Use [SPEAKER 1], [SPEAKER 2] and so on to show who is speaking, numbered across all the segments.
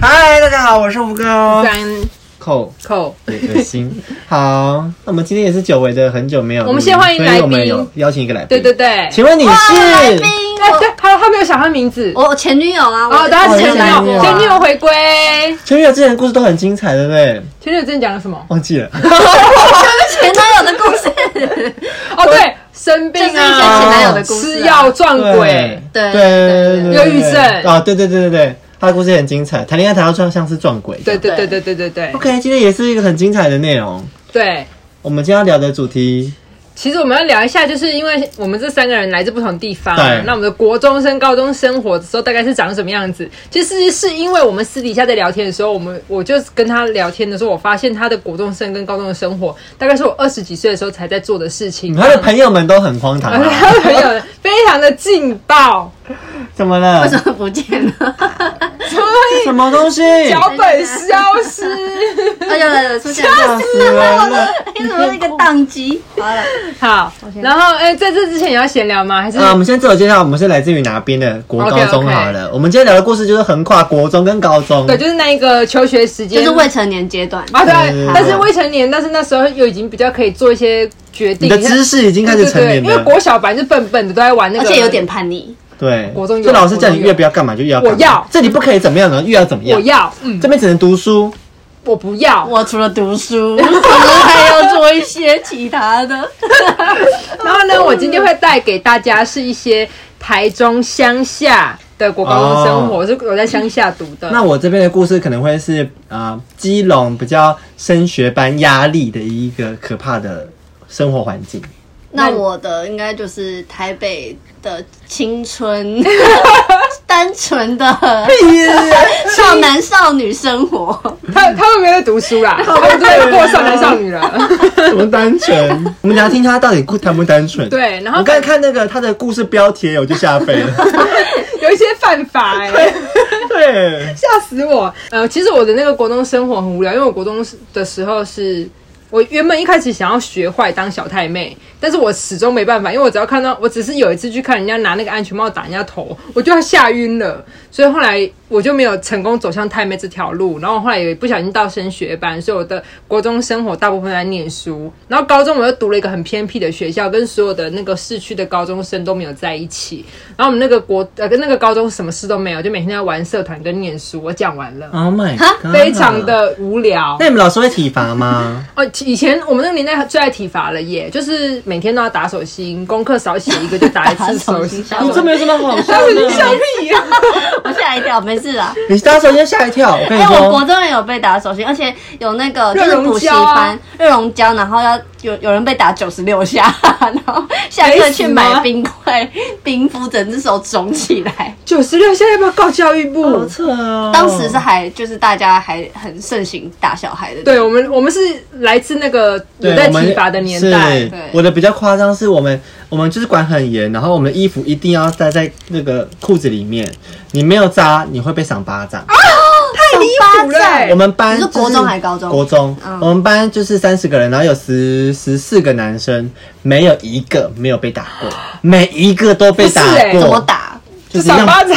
[SPEAKER 1] 好，我是吴哥。哦
[SPEAKER 2] 三
[SPEAKER 1] 扣
[SPEAKER 2] 扣，
[SPEAKER 1] 恶心。 好，那我们今天也是久违的，很久没有录音。
[SPEAKER 2] 我们先欢迎
[SPEAKER 1] 所以我
[SPEAKER 2] 来
[SPEAKER 1] 们
[SPEAKER 2] 宾
[SPEAKER 1] 有邀请一个来宾。
[SPEAKER 2] 对对对，
[SPEAKER 1] 请问你
[SPEAKER 3] 来
[SPEAKER 1] 是
[SPEAKER 3] 宾？，
[SPEAKER 2] 哎对，他他没有想他名字。
[SPEAKER 3] 我我前女友啊，
[SPEAKER 2] 哦，
[SPEAKER 3] 我
[SPEAKER 2] 大家
[SPEAKER 1] 哦
[SPEAKER 2] 前女
[SPEAKER 1] 前女友
[SPEAKER 2] 友，
[SPEAKER 1] 啊
[SPEAKER 2] 前女友回归，
[SPEAKER 1] 全月之前的故事都很精彩，对不对？
[SPEAKER 2] 前女友之前讲了什么？
[SPEAKER 1] 忘记了。
[SPEAKER 3] 前男友的故事，
[SPEAKER 2] 哦，对，生病
[SPEAKER 3] 就是一些前男
[SPEAKER 2] 啊，
[SPEAKER 3] 友的故
[SPEAKER 2] 吃
[SPEAKER 3] 事啊，
[SPEAKER 2] 药撞鬼，
[SPEAKER 1] 对对
[SPEAKER 3] 对对
[SPEAKER 1] 对，
[SPEAKER 2] 忧郁症
[SPEAKER 1] 啊，对对对对对，他的故事也很精彩，谈恋爱谈到像像是撞鬼。
[SPEAKER 2] 对对对
[SPEAKER 3] 对
[SPEAKER 2] 对对对对
[SPEAKER 1] OK，今天也是一个很精彩的内容。
[SPEAKER 2] 对。
[SPEAKER 1] 我们今天要聊的主题，
[SPEAKER 2] 其实我们要聊一下，就是因为我们这三个人来自不同地方
[SPEAKER 1] 对，
[SPEAKER 2] 那我们的国中生、高中生活的时候大概是长什么样子？其实是因为我们私底下在聊天的时候，我们我就跟他聊天的时候，我发现他的国中生跟高中的生活，大概是我二十几岁的时候才在做的事情。
[SPEAKER 1] 他的朋友们都很荒唐、啊，
[SPEAKER 2] 他的朋友非常的劲爆，
[SPEAKER 1] 怎么了
[SPEAKER 3] 为？什么不见了？
[SPEAKER 1] 什么东西？
[SPEAKER 2] 脚本消失，
[SPEAKER 3] 哎呦，来了出现了，
[SPEAKER 1] 吓死人了！
[SPEAKER 3] 你怎么是一个宕机？好了，
[SPEAKER 2] 好，然后哎、在这之前也要闲聊吗？还是、
[SPEAKER 1] 啊，我们先自我介绍，我们是来自于哪边的国高
[SPEAKER 2] OK，OK
[SPEAKER 1] 中好了。我们今天聊的故事就是横跨国中跟高中，
[SPEAKER 2] 对，就是那一个求学时
[SPEAKER 3] 就
[SPEAKER 2] 间，
[SPEAKER 3] 是未成年阶段，
[SPEAKER 2] 啊，
[SPEAKER 1] 对
[SPEAKER 2] 对，但是未成年，但是那时候又已经比较可以做一些决定。
[SPEAKER 1] 你的知识已经开
[SPEAKER 2] 对对
[SPEAKER 1] 始成
[SPEAKER 2] 对，
[SPEAKER 1] 年
[SPEAKER 2] 因为
[SPEAKER 1] 了，
[SPEAKER 2] 国小本来就笨笨的，都在玩那
[SPEAKER 3] 而
[SPEAKER 2] 个，
[SPEAKER 3] 且有点叛逆，
[SPEAKER 1] 对，
[SPEAKER 2] 国中有
[SPEAKER 1] 就老师叫你
[SPEAKER 2] 国中有
[SPEAKER 1] 越不要干嘛就越要干嘛，
[SPEAKER 2] 我要
[SPEAKER 1] 这里不可以怎么样呢，越要怎么样
[SPEAKER 2] 我，要，嗯，
[SPEAKER 1] 这边只能读书，
[SPEAKER 2] 我不要，
[SPEAKER 3] 我除了读书，可能还要做一些其他的。
[SPEAKER 2] 然后呢，我今天会带给大家是一些台中乡下的国高中生活，我是我在乡下读的。
[SPEAKER 1] 哦那我这边的故事可能会是啊、呃基隆比较升学班压力的一个可怕的生活环 境。
[SPEAKER 3] 那我的应该就是台北的青 春，单纯的少男少女生活。
[SPEAKER 2] 他他们没有在读书 啦，他们都在过少男少女了。
[SPEAKER 1] 什么单纯？ 我们等一下听他到底谈不单纯。，
[SPEAKER 2] 对，然后
[SPEAKER 1] 我刚才看那个他的故事标题，我就吓飞了。
[SPEAKER 2] 有一些犯法哎、
[SPEAKER 1] 对，
[SPEAKER 2] 吓死我！呃，其实我的那个国中生活很无聊，因为我国中的时候是。我原本一开始想要学坏当小太妹，但是我始终没办法，因为我只要看到，我只是有一次去看人家拿那个安全帽打人家头，我就要吓晕了，所以后来我就没有成功走向太妹这条路。然后后来也不小心到升学班，所以我的国中生活大部分在念书，然后高中我又读了一个很偏僻的学校，跟所有的那个市区的高中生都没有在一起。然后我们那个国呃跟那个高中什么事都没有，就每天在玩社团跟念书。我讲完
[SPEAKER 3] 啊
[SPEAKER 2] 了，
[SPEAKER 1] Oh my god，
[SPEAKER 2] 非常。的无聊
[SPEAKER 1] 那。你们老师会体罚吗？
[SPEAKER 2] 哦，以前我们那个年代最爱体罚了耶，就是每天都要打手心，功课少写一个就打一
[SPEAKER 3] 打
[SPEAKER 2] 次手
[SPEAKER 3] 手
[SPEAKER 2] 心
[SPEAKER 3] 心。
[SPEAKER 1] 你这没有什么好笑
[SPEAKER 2] 当时你笑
[SPEAKER 1] 的。
[SPEAKER 2] 屁呀、
[SPEAKER 3] 我吓一跳，没事啊。
[SPEAKER 1] 你当时先吓一跳，我跟
[SPEAKER 3] 哎、
[SPEAKER 1] 你
[SPEAKER 3] 我国
[SPEAKER 1] 说，
[SPEAKER 3] 中也有被打手心，而且有那个就
[SPEAKER 2] 热
[SPEAKER 3] 是
[SPEAKER 2] 熔
[SPEAKER 3] 补习
[SPEAKER 2] 胶啊
[SPEAKER 3] 班热熔胶，然后要有有人被打九十六下，然后下
[SPEAKER 2] 没
[SPEAKER 3] 课
[SPEAKER 2] 死
[SPEAKER 3] 去
[SPEAKER 2] 吗
[SPEAKER 3] 买 冰块，冰敷，整只手肿起来。
[SPEAKER 2] 九十六现在要不要告教育
[SPEAKER 1] 好
[SPEAKER 2] 部？
[SPEAKER 1] 扯哦。
[SPEAKER 3] 当时是还就是大家还很盛行打小孩的，
[SPEAKER 2] 对我们，我们是来自那个有
[SPEAKER 1] 对
[SPEAKER 2] 在
[SPEAKER 1] 我们
[SPEAKER 2] 体罚的年代
[SPEAKER 1] 是，
[SPEAKER 3] 对
[SPEAKER 1] 我的比较夸张，是我们我们就是管很严，然后我们的衣服一定要塞在那个裤子里面，你没有扎你会被赏巴掌。
[SPEAKER 3] 太离
[SPEAKER 2] 谱了
[SPEAKER 1] 我们班
[SPEAKER 3] 你是
[SPEAKER 1] 就是
[SPEAKER 3] 国中还高中
[SPEAKER 1] 国中，我们班就是三十个人，然后有十十四个男生，没有一个没有被打过，每一个都被打
[SPEAKER 2] 不是欸
[SPEAKER 1] 过，
[SPEAKER 3] 怎么打？
[SPEAKER 1] 就
[SPEAKER 2] 就是
[SPEAKER 1] 一样
[SPEAKER 2] 赏巴掌。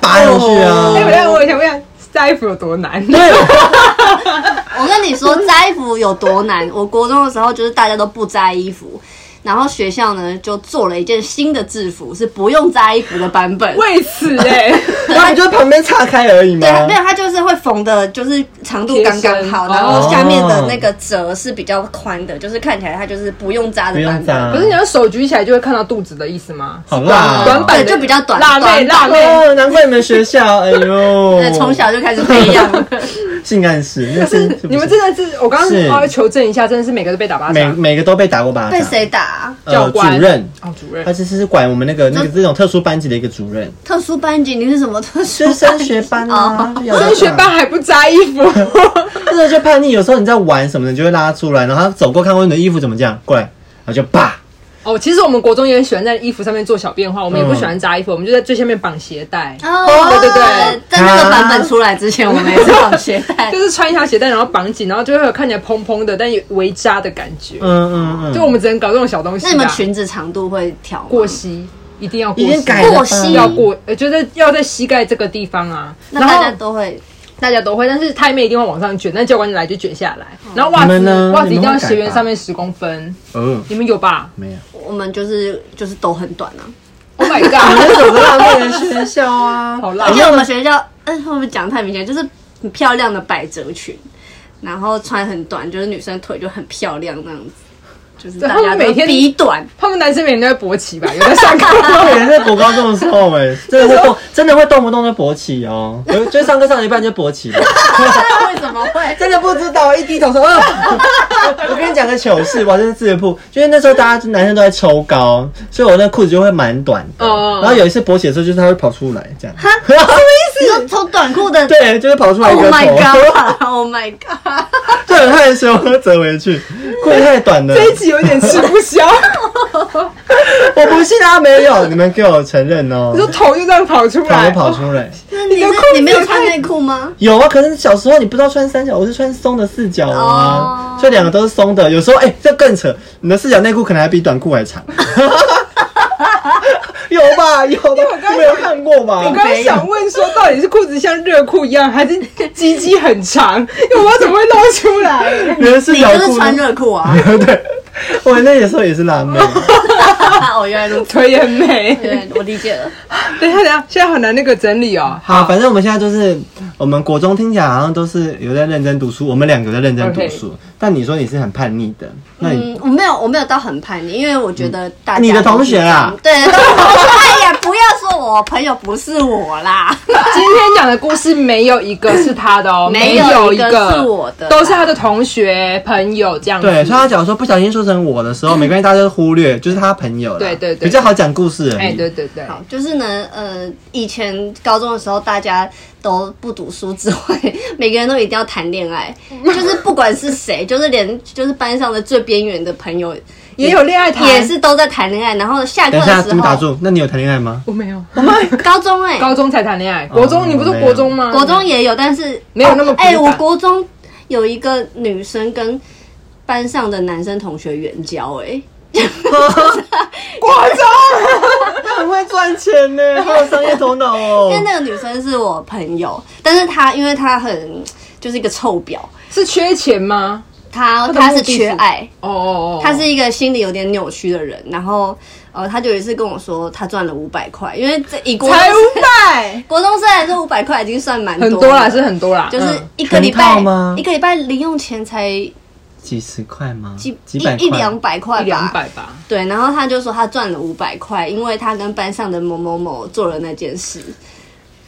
[SPEAKER 1] 扒上去啊
[SPEAKER 2] 哎，我。来，我想问，下衣服有多难？
[SPEAKER 3] 我跟你说，摘衣服有多 难。我国中的时候就是大家都不摘衣服，然后学校呢就做了一件新的制服，是不用摘衣服的版本。
[SPEAKER 2] 为此 哎、
[SPEAKER 1] 然后你就在旁边岔开而已吗
[SPEAKER 3] 对，？啊没有，它就是会缝的，就是长度刚刚好，
[SPEAKER 2] 贴身
[SPEAKER 3] 然后下面的那个褶是比较宽的，就是看起来它就是不用扎
[SPEAKER 1] 不
[SPEAKER 3] 的版
[SPEAKER 1] 用
[SPEAKER 3] 本。
[SPEAKER 1] 扎
[SPEAKER 2] 可，是你要手举起来就会看到肚子的意思吗？
[SPEAKER 1] 好
[SPEAKER 2] 短
[SPEAKER 1] 辣
[SPEAKER 2] 短
[SPEAKER 1] 哦。
[SPEAKER 2] 版的
[SPEAKER 3] 对就比较短
[SPEAKER 2] 辣妹
[SPEAKER 3] 短
[SPEAKER 2] 辣妹。
[SPEAKER 1] 哦，难怪你们学校，哎呦
[SPEAKER 3] 对，，从小就开始培养
[SPEAKER 1] 哦
[SPEAKER 3] 了。
[SPEAKER 1] 性暗示，那是不是
[SPEAKER 2] 你们真的是，我刚刚
[SPEAKER 1] 是
[SPEAKER 2] 稍微求证一下，真的是每个都被打巴
[SPEAKER 1] 每
[SPEAKER 2] 掌。
[SPEAKER 1] 每个都被打过巴掌，
[SPEAKER 3] 被谁打啊、
[SPEAKER 1] 呃
[SPEAKER 2] 教官
[SPEAKER 1] 主任，
[SPEAKER 2] 哦，主任
[SPEAKER 1] 他，其实是管我们那个那个这种特殊班级的一个主任，
[SPEAKER 3] 特殊班级？你是什么特殊
[SPEAKER 1] 就是
[SPEAKER 3] 班级？
[SPEAKER 1] 升学班啊，
[SPEAKER 2] 升学班还不扎衣服，
[SPEAKER 1] 真的就叛逆。有时候你在玩什么的，你就会拉出来，然后他走过看过你的衣服怎么这样，过来，然后就啪。
[SPEAKER 2] 哦，其实我们国中也很喜欢在衣服上面做小变化，我们也不喜欢扎衣服，我们就在最下面绑鞋带，
[SPEAKER 3] 哦
[SPEAKER 2] 对对对，
[SPEAKER 3] 在那个版本出来之前，我们也是绑 鞋带
[SPEAKER 2] 就。是穿一条鞋带，然后绑紧，然后就会有看起来蓬蓬的，但有微扎的感觉。
[SPEAKER 1] 嗯嗯
[SPEAKER 2] 就
[SPEAKER 1] 嗯，
[SPEAKER 2] 我们只能搞这种小东西
[SPEAKER 3] 那
[SPEAKER 2] 啦。
[SPEAKER 3] 你们裙子长度会调吗？
[SPEAKER 2] 过膝一定要过
[SPEAKER 1] 已
[SPEAKER 2] 膝，
[SPEAKER 1] 经改了吧
[SPEAKER 3] 过膝
[SPEAKER 2] 要过，呃，就是要在膝盖这个地方啊。
[SPEAKER 3] 那
[SPEAKER 2] 然后
[SPEAKER 3] 大家都会
[SPEAKER 2] 大家都会，但是太妹一定会往上卷，但教官来就卷下来。然后袜
[SPEAKER 1] 你
[SPEAKER 2] 子
[SPEAKER 1] 们呢
[SPEAKER 2] 袜子一定
[SPEAKER 1] 你们
[SPEAKER 2] 要
[SPEAKER 1] 会改
[SPEAKER 2] 鞋缘
[SPEAKER 1] 吧
[SPEAKER 2] 上面十公分，
[SPEAKER 1] 嗯，
[SPEAKER 2] 你们有吧
[SPEAKER 1] 没有。
[SPEAKER 3] 我们就是就是都很短啊，
[SPEAKER 2] ？Oh my
[SPEAKER 1] 那
[SPEAKER 2] god！
[SPEAKER 1] 怎么浪费人学校啊？
[SPEAKER 2] 好
[SPEAKER 3] 而
[SPEAKER 2] 烂
[SPEAKER 3] 且，我们学校，嗯、会不会讲得太明显？就是很漂亮的百褶裙，然后穿很短，就是女生腿就很漂亮那样子，就是大
[SPEAKER 2] 然
[SPEAKER 3] 家
[SPEAKER 2] 后
[SPEAKER 3] 都
[SPEAKER 2] 每天
[SPEAKER 3] 比短。
[SPEAKER 2] 他们男生每天都在勃起吧？有在上课
[SPEAKER 1] 我
[SPEAKER 2] 吗？
[SPEAKER 1] 以前在国高中的时候、哎，真的会动，真的会动不动就勃起哦，有就上课上到一半就勃起了，
[SPEAKER 3] 为什么 会？
[SPEAKER 1] 真的不知道，一低头说，啊、 我跟你讲个糗事，我真是自曝，就是那时候大家男生都在抽高，所以我那裤子就会蛮短 的，
[SPEAKER 2] 哦
[SPEAKER 1] 然后有一次勃起的时候，就是它会跑出来这样，
[SPEAKER 3] 你说从短裤的
[SPEAKER 1] 对，啊就会跑出来一
[SPEAKER 3] ？Oh
[SPEAKER 1] 个
[SPEAKER 3] my
[SPEAKER 1] 头，
[SPEAKER 3] god！Oh my god！
[SPEAKER 1] 就很害羞，折回去，裤子太短 了，
[SPEAKER 2] 这一集有点吃不 消，
[SPEAKER 1] 我不信他没有，你们给我承认哦
[SPEAKER 2] 你，说头就这样跑出
[SPEAKER 1] 跑
[SPEAKER 2] 来，
[SPEAKER 1] 就跑出来。
[SPEAKER 3] 那你
[SPEAKER 2] 你的
[SPEAKER 3] 是
[SPEAKER 2] 裤子
[SPEAKER 3] 你没有
[SPEAKER 2] 也
[SPEAKER 3] 穿
[SPEAKER 2] 太
[SPEAKER 3] 内裤吗？
[SPEAKER 1] 有啊，可是小时候你不知道穿三角，我是穿松的四角啊，
[SPEAKER 3] 哦
[SPEAKER 1] 就两个都是松的。有时候，哎、这更扯，你的四角内裤可能还比短裤还长。 有吧？有吧？没有看过吧？
[SPEAKER 2] 我刚刚想问说，到底是裤子像热裤一样，还是鸡鸡很长？因为我不知道怎么会露出来？
[SPEAKER 1] 你的四
[SPEAKER 3] 你
[SPEAKER 1] 角
[SPEAKER 3] 就是
[SPEAKER 1] 裤，
[SPEAKER 3] 穿热裤啊！
[SPEAKER 1] 对，我那时候也是辣 妹，
[SPEAKER 3] 哦，原来如此。
[SPEAKER 2] 腿也 美。
[SPEAKER 3] 对，我理解了。
[SPEAKER 2] 等一下，等一下，现在很难那个整理哦。
[SPEAKER 1] 好，反正我们现在就是，呃我们国中听起来好像都是有在认真读书，我们两个有在认真读书。但你说你是很叛逆的，那你、
[SPEAKER 3] 嗯，我没有，我没有到很叛逆，因为我觉得大家
[SPEAKER 1] 你的同学啊
[SPEAKER 3] 都是这样，对， 都是同学。哎呀，不要说我朋友不是我啦，
[SPEAKER 2] 今天讲的故事没有一个是他的哦，
[SPEAKER 3] 没
[SPEAKER 2] 有
[SPEAKER 3] 有
[SPEAKER 2] 一
[SPEAKER 3] 一个
[SPEAKER 2] 个
[SPEAKER 3] 是我的
[SPEAKER 2] 都是他的同学朋友这样子。
[SPEAKER 1] 对，所以他假如说不小心说成我的时候，没关系，大家都忽略，就是他朋友啦
[SPEAKER 2] 对对对
[SPEAKER 1] 比较好讲故事而已。
[SPEAKER 2] 哎，对对对，
[SPEAKER 3] 好，就是呢，呃，以前高中的时候，大家都不读书之外， 每个人都一定要谈恋 爱，就是不管是谁，就是连就是班上的最边缘的朋友
[SPEAKER 2] 也有恋爱谈，
[SPEAKER 3] 也是都在谈恋爱。然后下课
[SPEAKER 1] 等一下，
[SPEAKER 3] 的时
[SPEAKER 1] 你打
[SPEAKER 3] 候，
[SPEAKER 1] 住。那你有谈恋爱 吗？
[SPEAKER 2] 我没有，
[SPEAKER 3] 高中哎、
[SPEAKER 2] 高中才谈恋爱，国中你不是国中吗？
[SPEAKER 3] 国中也有，但是
[SPEAKER 2] 没有那么
[SPEAKER 3] 哦哎、
[SPEAKER 2] 频繁
[SPEAKER 3] 我国中有一个女生跟班上的男生同学援交、哎。
[SPEAKER 2] 国中，
[SPEAKER 1] 他很会赚钱 呢，好有商业头脑哦
[SPEAKER 3] 因为那个女生是我朋友，但是她因为她很就是一个臭婊，
[SPEAKER 2] 是缺钱吗？
[SPEAKER 3] 她
[SPEAKER 2] 她的
[SPEAKER 3] 她
[SPEAKER 2] 目的
[SPEAKER 3] 是缺
[SPEAKER 2] 是
[SPEAKER 3] 爱，
[SPEAKER 2] 哦哦哦，
[SPEAKER 3] 她是一个心理有点扭曲的人。然后呃，她就有一次跟我说，她赚了五百块，因为这以国中
[SPEAKER 2] 才五百，
[SPEAKER 3] 国中生来说，五百块已经算蛮
[SPEAKER 2] 很
[SPEAKER 3] 多
[SPEAKER 2] 多
[SPEAKER 3] 了
[SPEAKER 2] 啦，是很多啦，
[SPEAKER 3] 就是
[SPEAKER 2] 嗯
[SPEAKER 3] 一个礼
[SPEAKER 1] 全
[SPEAKER 3] 拜
[SPEAKER 1] 套吗
[SPEAKER 3] 一个礼拜零用钱才几
[SPEAKER 1] 几十块吗？几百
[SPEAKER 3] 一一两
[SPEAKER 1] 块？
[SPEAKER 3] 百块吧，
[SPEAKER 2] 嗯一两百吧。
[SPEAKER 3] 对，然后他就说他赚了五百块，因为他跟班上的某某某做了那件事。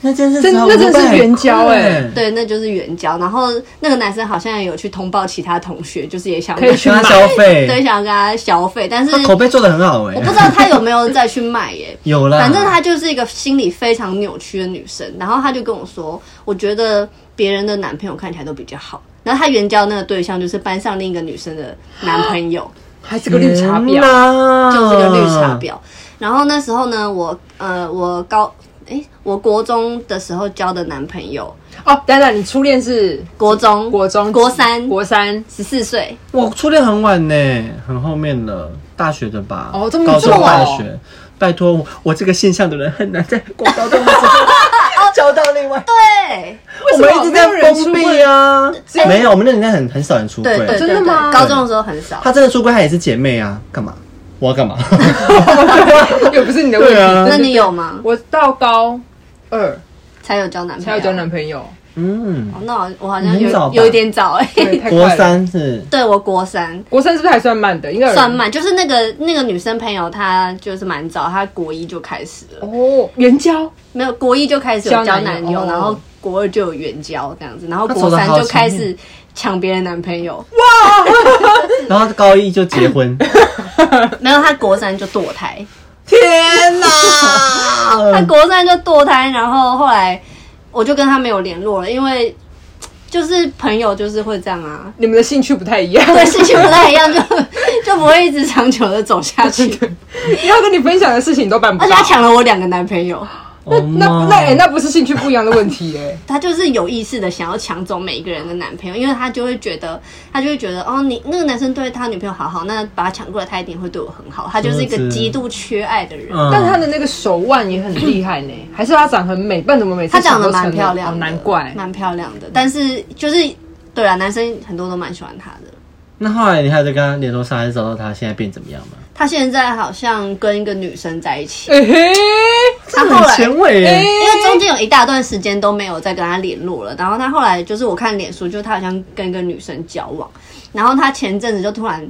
[SPEAKER 1] 那真是
[SPEAKER 2] 真那真是援交哎
[SPEAKER 1] 500块，
[SPEAKER 3] 对，那就是援交。然后那个男生好像有去通报其他同学，就是也想
[SPEAKER 2] 可以去
[SPEAKER 1] 跟他
[SPEAKER 2] 买
[SPEAKER 1] 消
[SPEAKER 3] 对，
[SPEAKER 1] 费，
[SPEAKER 3] 想要跟他消费，但是
[SPEAKER 1] 他口碑做的很好哎，
[SPEAKER 3] 我不知道他有没有再去卖耶、
[SPEAKER 1] 有啦，
[SPEAKER 3] 反正她就是一个心理非常扭曲的女生，然后她就跟我说，我觉得别人的男朋友看起来都比较好。然后她援交那个对象就是班上另一个女生的男朋友，
[SPEAKER 2] 还是个绿茶婊。
[SPEAKER 1] 婊
[SPEAKER 3] 就是个绿茶。婊。然后那时候呢，我呃，我高诶，我国中的时候交的男朋友，
[SPEAKER 2] 哦，等等，你初恋是
[SPEAKER 3] 国中
[SPEAKER 2] 国中、
[SPEAKER 3] 国三
[SPEAKER 2] 国三。
[SPEAKER 3] 十四岁，
[SPEAKER 1] 我初恋很晚呢，很后面了，大学的吧？
[SPEAKER 2] 哦这么
[SPEAKER 1] 高中
[SPEAKER 2] 这么晚
[SPEAKER 1] 大
[SPEAKER 2] 哦
[SPEAKER 1] 学。拜托我，我这个现象的人很难在国高中的时候交到另外。
[SPEAKER 3] 对
[SPEAKER 1] 我
[SPEAKER 2] 什么
[SPEAKER 1] 们一直在
[SPEAKER 2] 没有人
[SPEAKER 1] 封
[SPEAKER 2] 出
[SPEAKER 1] 闭
[SPEAKER 2] 柜
[SPEAKER 1] 啊，没有，我们那年代很很少人出柜。
[SPEAKER 3] 对对对，
[SPEAKER 2] 真的
[SPEAKER 3] 对
[SPEAKER 2] 吗
[SPEAKER 3] 高中的时候很少。
[SPEAKER 1] 她真的出轨，她也是姐妹啊，干嘛？我要 干嘛？
[SPEAKER 2] 又不是你的问题。
[SPEAKER 1] 对啊
[SPEAKER 3] 那你有吗？
[SPEAKER 2] 我到高二
[SPEAKER 3] 才有交男朋友？
[SPEAKER 2] 才有交男朋 友，
[SPEAKER 1] 嗯，
[SPEAKER 3] 哦那我我好像
[SPEAKER 1] 你很早
[SPEAKER 3] 有
[SPEAKER 1] 吧
[SPEAKER 3] 有一点早哎、
[SPEAKER 2] 对，太快
[SPEAKER 1] 国
[SPEAKER 2] 了。
[SPEAKER 1] 三是
[SPEAKER 3] 对我国三。
[SPEAKER 2] 国三是不是还算慢的？应该有人
[SPEAKER 3] 算慢，就是那个那个女生朋友，她就是蛮早，她国一就开始了，
[SPEAKER 2] 哦，援交。
[SPEAKER 3] 没有国一就开始有交男
[SPEAKER 2] 交男友
[SPEAKER 3] 友，
[SPEAKER 2] 哦
[SPEAKER 3] 然后国二就有援交这样子，然后
[SPEAKER 1] 她
[SPEAKER 3] 国
[SPEAKER 1] 走得
[SPEAKER 3] 三
[SPEAKER 1] 好
[SPEAKER 3] 就开
[SPEAKER 1] 前
[SPEAKER 3] 始抢别人男朋友，
[SPEAKER 1] 然后高一就结婚，
[SPEAKER 3] 没有，她国三就堕胎，
[SPEAKER 1] 天哪！
[SPEAKER 3] 她国三就堕胎，然后后来我就跟她没有联络了，因为就是朋友就是会这样啊，
[SPEAKER 2] 你们的兴趣不太一样，
[SPEAKER 3] 对事情不太一样，就就不会一直长久的走下去。
[SPEAKER 2] 你要跟你分享的事情你都办不
[SPEAKER 3] 而且
[SPEAKER 2] 到
[SPEAKER 3] 她。抢了我两个男朋友，
[SPEAKER 2] 那那
[SPEAKER 1] 哦
[SPEAKER 2] 那哎，那不是兴趣不一样的问题哎。
[SPEAKER 3] 她就是有意识的想要抢走每一个人的男朋友，因为她就会觉得，她就会觉得，哦，你那个男生对他女朋友好好，那把他抢过来，他一定会对我很好。他就是一个
[SPEAKER 1] 是是
[SPEAKER 3] 极度缺爱的人。
[SPEAKER 1] 嗯
[SPEAKER 2] 但她的那个手腕也很厉害呢，还是她长很美？不然怎么每次
[SPEAKER 3] 她长
[SPEAKER 2] 想
[SPEAKER 3] 得
[SPEAKER 2] 都
[SPEAKER 3] 蛮
[SPEAKER 2] 成
[SPEAKER 3] 漂
[SPEAKER 2] 了
[SPEAKER 3] 亮
[SPEAKER 2] 哦
[SPEAKER 3] 的，
[SPEAKER 2] 难怪。
[SPEAKER 3] 蛮漂亮的。但是就是对啊，男生很多都蛮喜欢她的。
[SPEAKER 1] 那后来你还在跟他联络上，还是找到他现在变怎么样吗？
[SPEAKER 3] 她现在好像跟一个女生在一起，
[SPEAKER 2] 哎嘿，
[SPEAKER 3] 她后
[SPEAKER 1] 很
[SPEAKER 3] 来
[SPEAKER 1] 前卫耶，
[SPEAKER 2] 哎
[SPEAKER 3] 因为中间有一大段时间都没有再跟他联络了，然后他后来就是我看脸书，就是他好像跟一个女生交往，然后他前阵子就突然，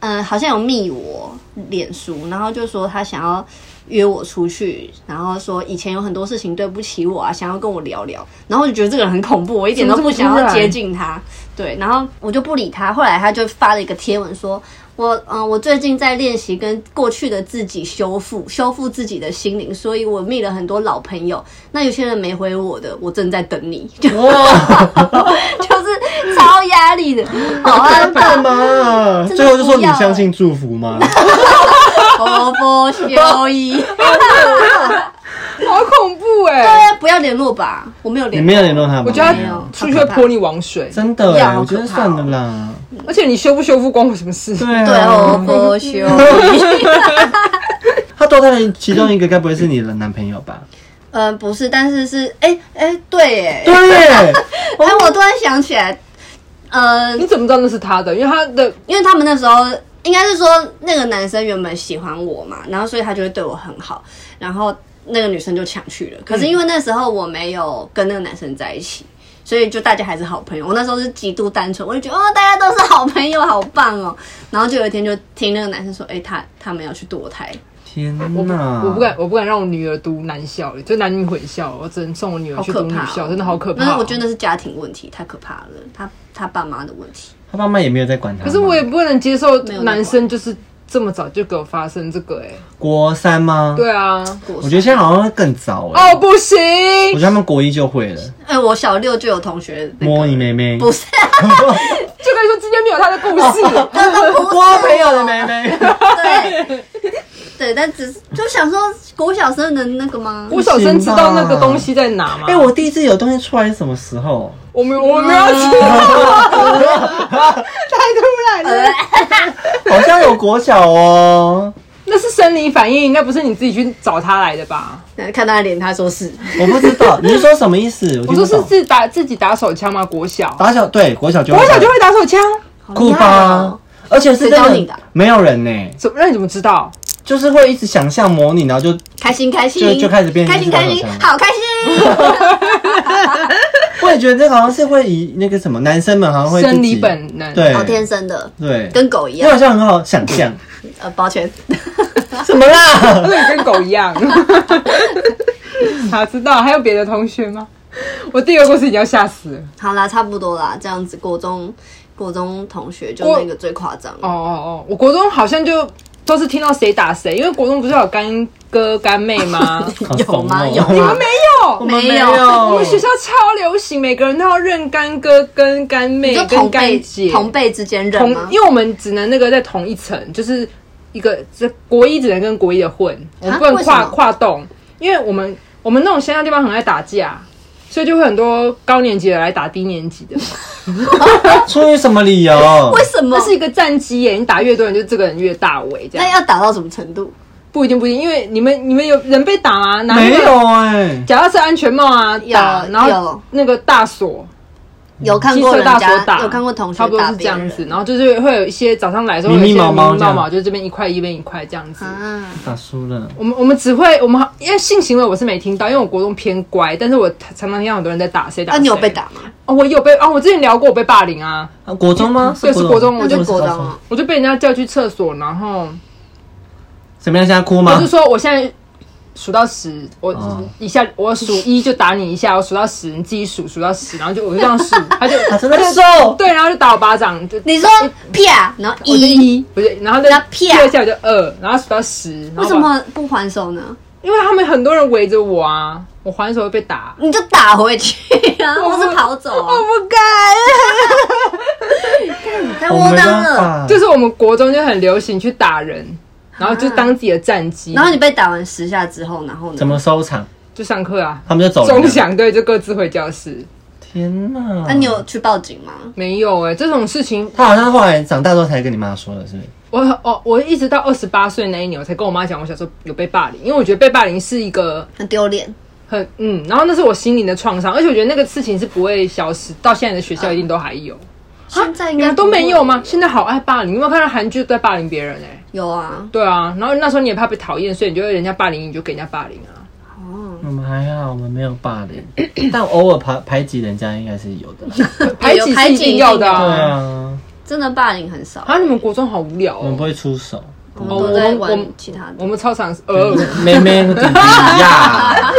[SPEAKER 3] 嗯、好像有密我脸书，然后就说他想要约我出去，然后说以前有很多事情对不起我啊，想要跟我聊聊，然后我就觉得这个人很恐怖，我一点都不想要接近他，对，然后我就不理他，后来他就发了一个贴文说。我嗯，我最近在练习跟过去的自己修复，修复自己的心灵，所以我密了很多老朋友。那有些人没回我的，我正在等你， 就 就是超压力的。好啊，
[SPEAKER 1] 干嘛？
[SPEAKER 3] 真的
[SPEAKER 1] 最后就说
[SPEAKER 3] 不
[SPEAKER 1] 你
[SPEAKER 3] 要
[SPEAKER 1] 相信祝福吗？
[SPEAKER 3] 头波修 一，
[SPEAKER 2] 好恐怖
[SPEAKER 3] 对
[SPEAKER 2] 哎！
[SPEAKER 3] 啊，不要联络吧，我没有
[SPEAKER 1] 你
[SPEAKER 3] 联
[SPEAKER 1] 没
[SPEAKER 3] 络。
[SPEAKER 1] 有联络他吗？
[SPEAKER 2] 我觉得
[SPEAKER 1] 没有
[SPEAKER 2] 她出去会泼你王水，
[SPEAKER 1] 真的
[SPEAKER 3] 要
[SPEAKER 1] 耶，
[SPEAKER 3] 好
[SPEAKER 1] 我觉
[SPEAKER 3] 可
[SPEAKER 1] 得
[SPEAKER 3] 怕
[SPEAKER 1] 算
[SPEAKER 3] 哦
[SPEAKER 1] 了啦。
[SPEAKER 2] 而且你修不修复关我什么事？
[SPEAKER 1] 对
[SPEAKER 3] 对，
[SPEAKER 1] 啊，
[SPEAKER 3] 头波 修一，
[SPEAKER 1] 他多带了其中一个，该不会是你的男朋友吧？
[SPEAKER 3] 嗯，不是，但是是，哎、哎、对，哎，
[SPEAKER 1] 对耶，
[SPEAKER 3] 哎、我突然想起来，呃，
[SPEAKER 2] 你怎么知道那是他的？因为他的
[SPEAKER 3] 因为他们那时候应该是说那个男生原本喜欢我嘛，然后所以他就会对我很好，然后那个女生就抢去
[SPEAKER 2] 嗯
[SPEAKER 3] 了。可是因为那时候我没有跟那个男生在一起，所以就大家还是好朋友。我那时候是极度单纯，我就觉得哦，大家都是好朋友，好棒哦。然后就有一天就听那个男生说，哎、他他们要去堕胎。
[SPEAKER 1] 天
[SPEAKER 2] 我不
[SPEAKER 1] 哪！
[SPEAKER 2] 我不敢，我不敢让我女儿读男校，欸就男女混校，我只能送我女儿
[SPEAKER 3] 好
[SPEAKER 2] 去
[SPEAKER 3] 可
[SPEAKER 2] 读女
[SPEAKER 3] 怕哦、
[SPEAKER 2] 校，真的好可怕哦。
[SPEAKER 3] 那我觉得那是家庭问题，太可怕了。他他爸妈的问题，
[SPEAKER 1] 他爸妈也没有在管他。
[SPEAKER 2] 可是我也不能接受
[SPEAKER 3] 没有那
[SPEAKER 2] 男生就是这么早就给我发生这个哎、
[SPEAKER 1] 国三吗？，
[SPEAKER 2] 对啊，
[SPEAKER 3] 我
[SPEAKER 1] 我觉得现在好像会更早哎。
[SPEAKER 2] 哦不行，
[SPEAKER 1] 我觉得他们国一就会了，
[SPEAKER 3] 哎、我小六就有同学、那个
[SPEAKER 1] 摸你妹妹，
[SPEAKER 3] 不是，
[SPEAKER 2] 就跟你说今天没有他的故事，
[SPEAKER 3] 真的不是
[SPEAKER 1] 摸哦朋友的妹 妹。
[SPEAKER 3] 对，对，但只是就想说，国小生能那个吗？
[SPEAKER 2] 我小生知道那个东西在哪吗？
[SPEAKER 1] 哎，我第一次有东西出来是什么时候？
[SPEAKER 2] 我们我们要去， 太突然了，
[SPEAKER 1] 好像有国小哦，
[SPEAKER 2] 那是生理反应，那不是你自己去找他来的吧？
[SPEAKER 3] 看他的脸，他说是，
[SPEAKER 1] 我不知道。你是说什么意思？
[SPEAKER 2] 我
[SPEAKER 1] 我听
[SPEAKER 2] 说
[SPEAKER 1] 不
[SPEAKER 2] 是
[SPEAKER 1] 懂。
[SPEAKER 2] 自打自己打手枪吗？国小，
[SPEAKER 1] 打小对国小就
[SPEAKER 2] 国小就会打手枪，哦
[SPEAKER 1] 酷吧？而且是
[SPEAKER 3] 谁
[SPEAKER 1] 真
[SPEAKER 3] 教你的啊
[SPEAKER 1] 没有人呢、
[SPEAKER 2] 怎么那你怎么知道？
[SPEAKER 1] 就是会一直想象模拟，然后就
[SPEAKER 3] 开心开心，
[SPEAKER 1] 就就开始变成
[SPEAKER 3] 开心开
[SPEAKER 1] 小
[SPEAKER 3] 心
[SPEAKER 1] 丑，了
[SPEAKER 3] 好开心。
[SPEAKER 1] 我也觉得这好像是会以那个什么男生们好像会自己
[SPEAKER 2] 生理本能
[SPEAKER 1] 对
[SPEAKER 3] 好哦天生的，
[SPEAKER 1] 对，
[SPEAKER 3] 跟狗一
[SPEAKER 1] 因为
[SPEAKER 3] 样
[SPEAKER 1] 好。像很好想象，
[SPEAKER 3] 呃，抱歉，
[SPEAKER 1] 怎么啦？
[SPEAKER 2] 那你跟狗一 样。哪知道？还有别的同学吗？我第二个故事已经要吓死了。
[SPEAKER 3] 好啦，差不多啦，这样子，国中国中同学就
[SPEAKER 2] 我
[SPEAKER 3] 那个最夸张
[SPEAKER 2] 哦哦哦，我国中好像就都是听到谁打谁，因为国中不是有干哥干妹 吗？哦
[SPEAKER 1] 好
[SPEAKER 3] 有 吗
[SPEAKER 1] 怂哦
[SPEAKER 3] 有吗
[SPEAKER 2] 你们没有
[SPEAKER 1] 我。们
[SPEAKER 3] 没有
[SPEAKER 2] 哎我们学校超流行，每个人都要认干哥、跟干妹
[SPEAKER 3] 你就、
[SPEAKER 2] 跟
[SPEAKER 3] 同
[SPEAKER 2] 干
[SPEAKER 3] 辈
[SPEAKER 2] 姐，
[SPEAKER 3] 同辈之间认
[SPEAKER 2] 同
[SPEAKER 3] 吗？
[SPEAKER 2] 因为我们只能那个在同一层，就是一个这国一只能跟国一的混，我们不能
[SPEAKER 3] 啊为什
[SPEAKER 2] 跨
[SPEAKER 3] 么
[SPEAKER 2] 跨栋，因为我们我们那种乡下地方很爱打架，所以就会很多高年级的来打低年级的，
[SPEAKER 1] 出于什么理由？
[SPEAKER 3] 为 什么
[SPEAKER 2] 那？是一个战机耶，你打越多人就这个人越大尾这
[SPEAKER 3] 那
[SPEAKER 2] 样，
[SPEAKER 3] 要打到什么程度？
[SPEAKER 2] 不一定不一定，因为你们你们有人被打吗？拿那
[SPEAKER 1] 没
[SPEAKER 2] 个
[SPEAKER 1] 有哎、
[SPEAKER 2] 脚踏车安全帽啊，
[SPEAKER 3] 有
[SPEAKER 2] 打，然
[SPEAKER 3] 有
[SPEAKER 2] 后那个大锁。
[SPEAKER 1] 嗯
[SPEAKER 3] 有看
[SPEAKER 2] 机
[SPEAKER 3] 过
[SPEAKER 2] 车
[SPEAKER 3] 人
[SPEAKER 2] 大
[SPEAKER 3] 家
[SPEAKER 2] 所打，
[SPEAKER 3] 有看过同学
[SPEAKER 2] 差不多
[SPEAKER 3] 打
[SPEAKER 2] 是这
[SPEAKER 3] 别
[SPEAKER 2] 样
[SPEAKER 3] 人
[SPEAKER 2] 子，然后就是会有一些早上来的时候有一些
[SPEAKER 1] 迷迷毛毛
[SPEAKER 2] 迷
[SPEAKER 1] 这
[SPEAKER 2] 毛
[SPEAKER 1] 样
[SPEAKER 2] 毛，就是这边一块一边一块这样子。
[SPEAKER 3] 啊？
[SPEAKER 1] 打输了，
[SPEAKER 2] 我们我们只会我们好因为性行为我是没听到，因为我国中偏乖，但是我常常听到很多人在打谁打谁。
[SPEAKER 3] 那啊你有被？打吗？
[SPEAKER 2] 哦，我有被啊、我之前聊过我被霸凌啊，
[SPEAKER 1] 啊、国中吗？
[SPEAKER 2] 对是国中
[SPEAKER 3] 那
[SPEAKER 2] 我
[SPEAKER 3] 就
[SPEAKER 2] 不
[SPEAKER 1] 是
[SPEAKER 3] 国
[SPEAKER 1] 高
[SPEAKER 3] 中啊。
[SPEAKER 2] 我就被人家叫去厕所，然后
[SPEAKER 1] 怎么样？现在哭
[SPEAKER 2] 我
[SPEAKER 1] 吗
[SPEAKER 2] 就？说我现在。数到十，我
[SPEAKER 1] 哦
[SPEAKER 2] 一下我数一就打你一下，我数到十你自己数数到十，然后就我就这样 数，他就
[SPEAKER 1] 啊，真的瘦，
[SPEAKER 2] 对，然后就打我巴掌，就
[SPEAKER 3] 你说啪，然后
[SPEAKER 2] 我就
[SPEAKER 3] 一，
[SPEAKER 2] 一，不是，然后就
[SPEAKER 3] 然后啪
[SPEAKER 2] 第二下我就二，然后数到十。然后
[SPEAKER 3] 为什
[SPEAKER 2] 把？
[SPEAKER 3] 么不还手呢？
[SPEAKER 2] 因为他们很多人围着我啊，我还手会被打。
[SPEAKER 3] 你就打 回去啊，或是跑走啊？
[SPEAKER 2] 不敢，
[SPEAKER 3] 太
[SPEAKER 1] 我
[SPEAKER 3] 窝
[SPEAKER 1] 没
[SPEAKER 3] 囊
[SPEAKER 1] 办
[SPEAKER 3] 了。
[SPEAKER 1] 法。
[SPEAKER 2] 就是我们国中就很流行去打人，然后就当自己的战绩。
[SPEAKER 3] 啊然后你被打完十下之后，然后呢？
[SPEAKER 1] 怎么收场？
[SPEAKER 2] 就上课啊。
[SPEAKER 1] 他们就走了。
[SPEAKER 2] 钟响对，就各自回教室。
[SPEAKER 1] 天哪！
[SPEAKER 2] 啊
[SPEAKER 3] 那、你有去报警吗？
[SPEAKER 2] 没有哎、这种事情，
[SPEAKER 1] 他好像后来长大之后才跟你妈说的，是 不是？
[SPEAKER 2] 我我我一直到二十八岁那一年，我才跟我妈讲，我小时候有被霸凌，因为我觉得被霸凌是一个
[SPEAKER 3] 很丢脸。
[SPEAKER 2] 很嗯，然后那是我心灵的创伤，而且我觉得那个事情是不会消失，到现在的学校一定都还有。
[SPEAKER 3] 现在应
[SPEAKER 2] 啊你
[SPEAKER 3] 该
[SPEAKER 2] 们都
[SPEAKER 3] 不会
[SPEAKER 2] 没有吗？？现在好爱霸凌，你有没有看到韩剧都在霸凌别人哎、
[SPEAKER 3] 有啊，
[SPEAKER 2] 对啊，然后那时候你也怕被讨厌，所以你就会人家霸凌你，你就给人家霸凌啊。
[SPEAKER 1] 我们还好，我们没有霸凌， 但偶尔排排挤人家应该是有的 啦。
[SPEAKER 2] 排挤是一定要的
[SPEAKER 1] 对
[SPEAKER 2] 啊。
[SPEAKER 1] 啊，
[SPEAKER 3] 真的霸凌很少，
[SPEAKER 2] 啊，你们国中好无聊
[SPEAKER 1] 我们不
[SPEAKER 2] 哦。
[SPEAKER 1] 会出手。
[SPEAKER 3] 我们
[SPEAKER 2] 哦
[SPEAKER 3] 都
[SPEAKER 2] 我
[SPEAKER 3] 在
[SPEAKER 2] 我
[SPEAKER 3] 玩其他
[SPEAKER 2] 我
[SPEAKER 3] 的。
[SPEAKER 2] 们操场呃，
[SPEAKER 1] 妹妹和弟弟呀，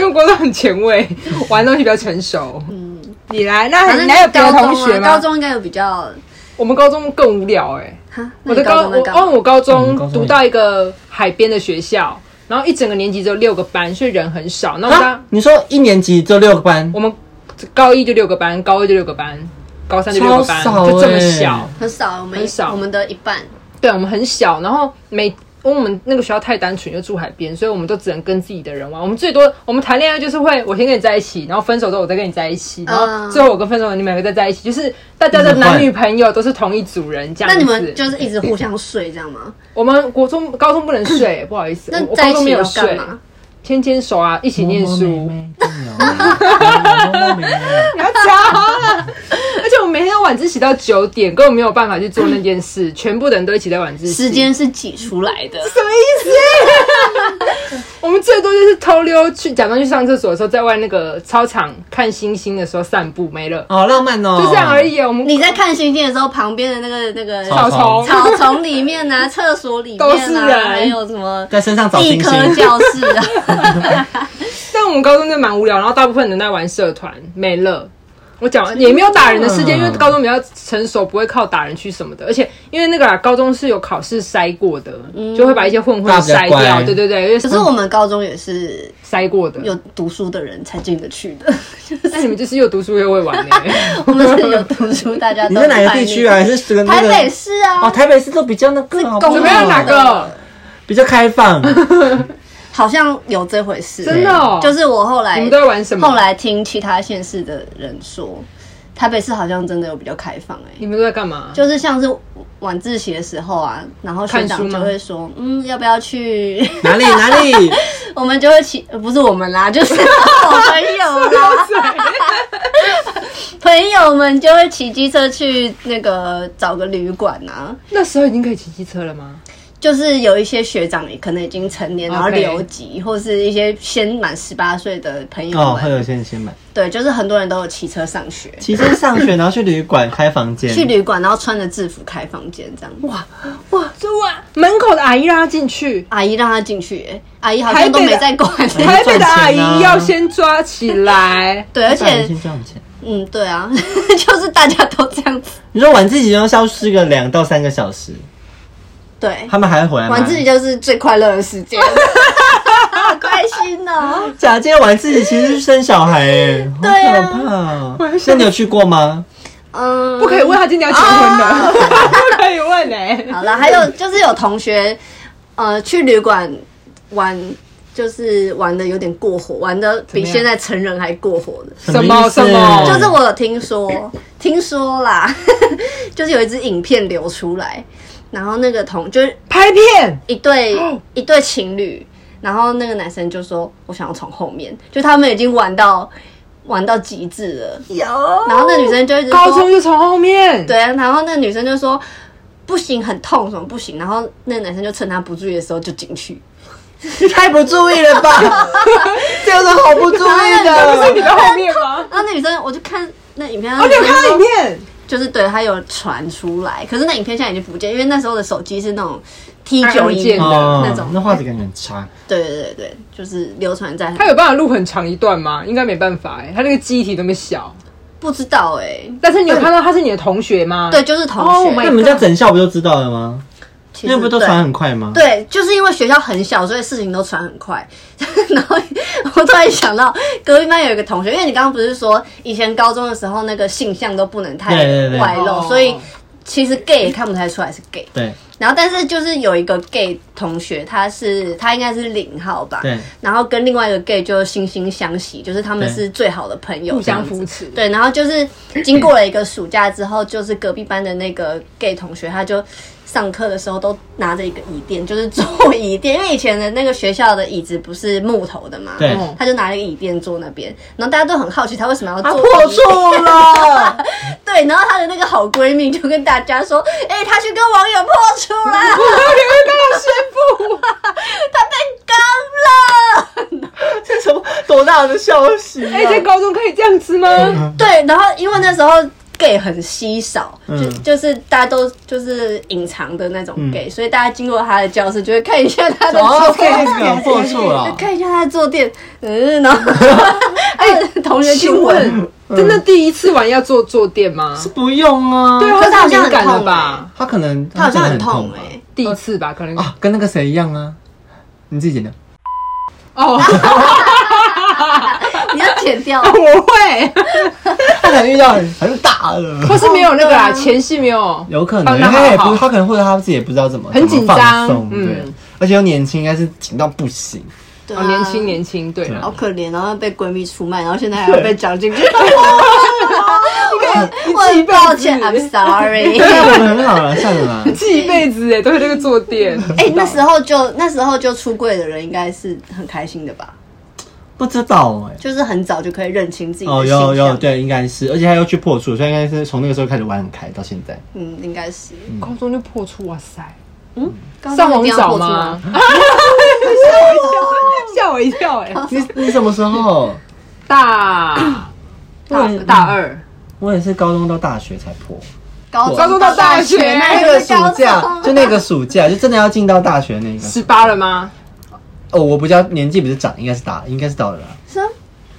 [SPEAKER 2] 因为国中很前卫，玩东西比较成熟。嗯，你来，那
[SPEAKER 3] 反
[SPEAKER 2] 你
[SPEAKER 3] 正
[SPEAKER 2] 还有别
[SPEAKER 3] 高
[SPEAKER 2] 的
[SPEAKER 3] 中
[SPEAKER 2] 同
[SPEAKER 3] 啊，
[SPEAKER 2] 学吗？
[SPEAKER 3] 高中应该有比较
[SPEAKER 2] 我们高中更无聊哎。
[SPEAKER 3] 哈，那
[SPEAKER 2] 我
[SPEAKER 3] 你
[SPEAKER 2] 的高
[SPEAKER 3] 中
[SPEAKER 2] 我
[SPEAKER 3] 在
[SPEAKER 2] 哦，
[SPEAKER 3] 干嘛？
[SPEAKER 2] 我高
[SPEAKER 1] 嗯
[SPEAKER 2] 中
[SPEAKER 1] 高中
[SPEAKER 2] 读
[SPEAKER 1] 也
[SPEAKER 2] 到一个海边的学校，然后一整个年级只有六个班，所以人很少。那我们当
[SPEAKER 1] 啊你说一年级就六个班
[SPEAKER 2] 我，们高一就六个班，高二就六个班，高三就六个班，
[SPEAKER 1] 超少欸
[SPEAKER 2] 就这么小。
[SPEAKER 3] 很少，我们
[SPEAKER 2] 很少
[SPEAKER 3] 我们的一半。
[SPEAKER 2] 对，啊我们很小，然后每因为我们那个学校太单纯，又住海边，所以我们都只能跟自己的人玩。我们最多我们谈恋爱就是会我先跟你在一起，然后分手之后我再跟你在一起，然后
[SPEAKER 3] 嗯
[SPEAKER 2] 最后我跟分手的你们两个再在一起，就是大家的男女朋友都是同一组人这样子。
[SPEAKER 3] 那你们就是一直互相睡这样吗？
[SPEAKER 2] 我们国中、高中不能睡，不好意思，
[SPEAKER 3] 那
[SPEAKER 2] 我我
[SPEAKER 3] 在
[SPEAKER 2] 高
[SPEAKER 3] 一
[SPEAKER 2] 中
[SPEAKER 3] 起
[SPEAKER 2] 没有
[SPEAKER 3] 要干
[SPEAKER 2] 睡，
[SPEAKER 3] 嘛？
[SPEAKER 2] 牵牵手啊，一起念书。
[SPEAKER 1] 摸摸妹妹就有了摸摸妹妹
[SPEAKER 2] 不要讲了。 而且我每天都晚自习到九点，根本没有办法去做那件事，全部的人都一起在晚自习。
[SPEAKER 3] 时间是挤出来的，
[SPEAKER 2] 什么意思？ 我们最多就是偷溜去假装去上厕所的时候，在外那个操场看星星的时候散步，没了，
[SPEAKER 1] 好浪漫哦，
[SPEAKER 2] 就这样而。已。我们
[SPEAKER 3] 你在看星星的时候，旁边的那个那个
[SPEAKER 1] 草
[SPEAKER 2] 草丛
[SPEAKER 3] 草丛里 面啊，厕所里
[SPEAKER 2] 都是
[SPEAKER 3] 面啊，
[SPEAKER 2] 人啊
[SPEAKER 3] 还有什么
[SPEAKER 1] 在身上找
[SPEAKER 3] 地
[SPEAKER 1] 星
[SPEAKER 3] 科
[SPEAKER 1] 星，
[SPEAKER 3] 教室 啊，
[SPEAKER 2] 但我们高中就蛮无聊，然后大部分人在玩社团，没了。我讲完也没有打人的事件，因为高中比较成熟，不会靠打人去什么的。而且因为那个啊，高中是有考试筛过的，
[SPEAKER 3] 嗯
[SPEAKER 2] 就会把一些混混
[SPEAKER 1] 大家比较
[SPEAKER 2] 筛
[SPEAKER 1] 乖
[SPEAKER 2] 掉。对对对，因为
[SPEAKER 3] 可是我们高中也是
[SPEAKER 2] 筛过的。
[SPEAKER 3] 有读书的人才进得去 的，
[SPEAKER 2] 那你们就是又读书又会玩 呢、
[SPEAKER 3] 我们是有读书，大家都
[SPEAKER 1] 你在哪个地区啊？
[SPEAKER 3] 叛逆
[SPEAKER 1] 还是这个那
[SPEAKER 3] 台
[SPEAKER 1] 个
[SPEAKER 3] 北市
[SPEAKER 1] 哦，
[SPEAKER 3] 啊，
[SPEAKER 1] 台北市都比较那个，好不好
[SPEAKER 3] 公
[SPEAKER 2] 怎么样？
[SPEAKER 3] 立
[SPEAKER 2] 哪个？
[SPEAKER 1] 比较开放，
[SPEAKER 3] 好像有这回事，
[SPEAKER 2] 真的哦
[SPEAKER 3] 就是我后来
[SPEAKER 2] 你们都在玩什么
[SPEAKER 3] 后来听其他县市的人说，台北市好像真的有比较开放哎、
[SPEAKER 2] 你们都在干嘛？
[SPEAKER 3] 就是像是晚自习的时候啊，然后学
[SPEAKER 2] 看书
[SPEAKER 3] 长
[SPEAKER 2] 吗
[SPEAKER 3] 就会说，嗯，要不要去？
[SPEAKER 1] 哪里哪里？
[SPEAKER 3] 我们就会起，呃不是我们啦， 就是我朋友啦， 朋友们就会骑机车去那个找个旅馆啊。
[SPEAKER 2] 那时候已经可以骑机车了吗？
[SPEAKER 3] 就是有一些学长也可能已经成年，然后
[SPEAKER 2] OK
[SPEAKER 3] 留级或是一些先满十八岁的朋友
[SPEAKER 1] 哦，
[SPEAKER 3] 们，
[SPEAKER 1] 会有些人先买，
[SPEAKER 3] 对，就是很多人都有骑车上学，
[SPEAKER 1] 骑车上学，然后去旅馆开房
[SPEAKER 2] 嗯
[SPEAKER 1] 间，
[SPEAKER 3] 去旅馆，然后穿着制服开房间这样。哇，
[SPEAKER 2] 哇，这哇，门口的阿姨让他进去，
[SPEAKER 3] 阿姨让他进去、欸阿姨好像都没在管、。
[SPEAKER 1] 的
[SPEAKER 2] 台北的阿
[SPEAKER 1] 赚钱啊
[SPEAKER 2] 姨要先抓起来
[SPEAKER 3] 对，而且
[SPEAKER 1] 先赚钱。
[SPEAKER 3] 嗯，对啊， 就是大家都这样子。
[SPEAKER 1] 你说晚自习要消失个两到三个小时，
[SPEAKER 3] 对，
[SPEAKER 1] 他们还会回来吗？
[SPEAKER 3] 晚自习就是最快乐的时间，好开心哦！
[SPEAKER 1] 假借晚自习其实是生小孩哎，好
[SPEAKER 3] 对啊
[SPEAKER 1] 可怕哦！那你有去过吗？
[SPEAKER 3] 嗯，啊
[SPEAKER 2] 不可以问他今天要结婚的，不可以问哎、
[SPEAKER 3] 好了，还有就是有同学，呃，去旅馆玩，就是玩的有点过火，玩的比
[SPEAKER 2] 么样
[SPEAKER 3] 现在成人还过火的。
[SPEAKER 2] 什么
[SPEAKER 1] 意思
[SPEAKER 2] 什么
[SPEAKER 3] 就是我有听说，听说啦， 就是有一支影片流出来，然后那个同就是
[SPEAKER 2] 拍片，
[SPEAKER 3] 一对一对情侣，然后那个男生就说：“我想要从后面。”就他们已经玩到玩到极致了，
[SPEAKER 2] 有，
[SPEAKER 3] 然后那女生就一直说
[SPEAKER 2] 高中就从后面，
[SPEAKER 3] 嗯对，然后那女生就说不行，很痛，什么不行。然后那个男生就趁她不注意的时候就进去，
[SPEAKER 1] 太不注意了吧？ 这有什么好不 注意
[SPEAKER 2] 不是你
[SPEAKER 1] 的？
[SPEAKER 2] 的后面吗？
[SPEAKER 3] 然后那女生我就看那影片，
[SPEAKER 2] 哦，
[SPEAKER 3] 哦
[SPEAKER 2] 你有看到影片？
[SPEAKER 3] 就是对她有传出来，可是那影片现在已经不见，因为那时候的手机是那种 T 九
[SPEAKER 2] 按
[SPEAKER 3] 一
[SPEAKER 2] 键的
[SPEAKER 1] 哦
[SPEAKER 3] 那种，
[SPEAKER 1] 那画质感觉很差。
[SPEAKER 3] 对对对对，就是流传在
[SPEAKER 2] 他有办法录很长一段吗？应该没办法哎、他那个记忆体那么小。
[SPEAKER 3] 不知道哎、
[SPEAKER 2] 但是你有看到他是你的同学吗？
[SPEAKER 3] 对，，就是同学
[SPEAKER 2] Oh my
[SPEAKER 1] 那你们家整校不就知道了吗？
[SPEAKER 3] 其
[SPEAKER 1] 那
[SPEAKER 3] 实
[SPEAKER 1] 不都
[SPEAKER 3] 对
[SPEAKER 1] 传很快吗？
[SPEAKER 3] 对，就是因为学校很小，所以事情都传很快。 然后我突然想到，隔壁班有一个同学，因为你刚刚不是说以前高中的时候那个性向都不能太
[SPEAKER 1] 对对对
[SPEAKER 3] 外露，
[SPEAKER 2] 哦
[SPEAKER 3] 所以其实 gay 也看不太出来是 gay。
[SPEAKER 1] 对
[SPEAKER 3] 然后但是就是有一个 gay 同学，他是他应该是零号吧，
[SPEAKER 1] 对，
[SPEAKER 3] 然后跟另外一个 gay 就惺惺相惜，就是他们
[SPEAKER 1] 对
[SPEAKER 3] 是最好的朋友，
[SPEAKER 2] 互相
[SPEAKER 3] 这样子
[SPEAKER 2] 扶持
[SPEAKER 3] 对，然后就是经过了一个暑假之后，就是隔壁班的那个 gay 同学，他就上课的时候都拿着一个椅垫，就是坐椅垫，因为以前的那个学校的椅子不是木头的嘛，
[SPEAKER 1] 对
[SPEAKER 3] 他就拿了一个椅垫坐那边，然后大家都很好奇他为什么要
[SPEAKER 1] 嗯
[SPEAKER 3] 坐、
[SPEAKER 1] 啊，破处了，
[SPEAKER 3] 对，然后她的那个好闺蜜就跟大家说：“哎、她去跟网友破处啦，我要 跟她宣布，她被刚了。”
[SPEAKER 1] 这什么多大的消息、啊？
[SPEAKER 2] 哎，在高中可以这样子吗？
[SPEAKER 3] 对，然后因为那时候 gay 很稀少，就
[SPEAKER 1] 嗯
[SPEAKER 3] 就是大家都就是隐藏的那种 gay，、所以大家经过她的教室就会看一下她的
[SPEAKER 1] 哦
[SPEAKER 3] 坐
[SPEAKER 1] ，gay
[SPEAKER 3] 垫，
[SPEAKER 1] 梗破处了，
[SPEAKER 3] 看一下她的坐垫，嗯，然后啊 哎，同学去
[SPEAKER 2] 请
[SPEAKER 3] 闻，
[SPEAKER 2] 问，真的第一次玩要坐坐垫吗？
[SPEAKER 1] 不用啊。
[SPEAKER 2] 对啊，
[SPEAKER 3] 可是好
[SPEAKER 2] 太
[SPEAKER 3] 像
[SPEAKER 2] 敏感
[SPEAKER 3] 很
[SPEAKER 2] 了
[SPEAKER 3] 痛
[SPEAKER 2] 吧？哦
[SPEAKER 1] 他可能
[SPEAKER 3] 她好像很痛
[SPEAKER 1] 吧
[SPEAKER 3] 哎、
[SPEAKER 2] 第一次吧，可能
[SPEAKER 1] 啊，跟那个谁一样啊，你自己剪的。
[SPEAKER 2] 哦，
[SPEAKER 3] 你要剪 掉。
[SPEAKER 2] 我会，
[SPEAKER 1] 他可能遇到很很大的，
[SPEAKER 2] 或是没有那个
[SPEAKER 3] 哦
[SPEAKER 2] 啦，
[SPEAKER 3] 对啊
[SPEAKER 2] 前戏没有，
[SPEAKER 1] 有可能
[SPEAKER 2] 哦那
[SPEAKER 1] 他也
[SPEAKER 2] 还好
[SPEAKER 1] 不，他可能或者他自己也不知道怎么
[SPEAKER 2] 很紧张
[SPEAKER 1] 怎么放松
[SPEAKER 2] 嗯
[SPEAKER 1] 对，而且又年轻，应该是紧到不行。
[SPEAKER 3] 对
[SPEAKER 2] 哦，
[SPEAKER 3] 啊
[SPEAKER 2] 年轻年轻，对啊啦
[SPEAKER 3] 好可怜，然后被闺蜜出卖，然后现在还要被讲 进去。我很抱歉，I'm sorry。
[SPEAKER 1] 很好了，算了啦。
[SPEAKER 2] 记一辈子哎，都会那个坐垫。
[SPEAKER 3] 哎、那时候就那时候就出柜的人应该是很开心的吧？
[SPEAKER 1] 不知道 哎、
[SPEAKER 3] 就是很早就可以认清自己的
[SPEAKER 1] 哦，
[SPEAKER 3] 性向
[SPEAKER 1] 有有，，对，应该是，而且他又去破处，所以应该是从那个时候开始玩很开到现在。
[SPEAKER 3] 嗯，应该是。
[SPEAKER 2] 高中就破处，哇塞！
[SPEAKER 3] 嗯，高
[SPEAKER 2] 上
[SPEAKER 3] 中
[SPEAKER 2] 红
[SPEAKER 3] 一定要
[SPEAKER 2] 枣
[SPEAKER 3] 破处
[SPEAKER 2] 吗
[SPEAKER 3] 吗？？
[SPEAKER 2] 啊 吓我一跳哎！
[SPEAKER 1] 你你什么时候？
[SPEAKER 2] 大大
[SPEAKER 3] 嗯
[SPEAKER 2] 大二，
[SPEAKER 1] 我也是高中到大学才破，
[SPEAKER 3] 高
[SPEAKER 2] 高中到大学
[SPEAKER 3] 那
[SPEAKER 1] 那
[SPEAKER 3] 个
[SPEAKER 1] 个暑假就那个暑假就真的要进到大学那个。
[SPEAKER 2] 十八了吗？
[SPEAKER 1] 哦，我比较年纪比较长，应该是大，应该是到了啦。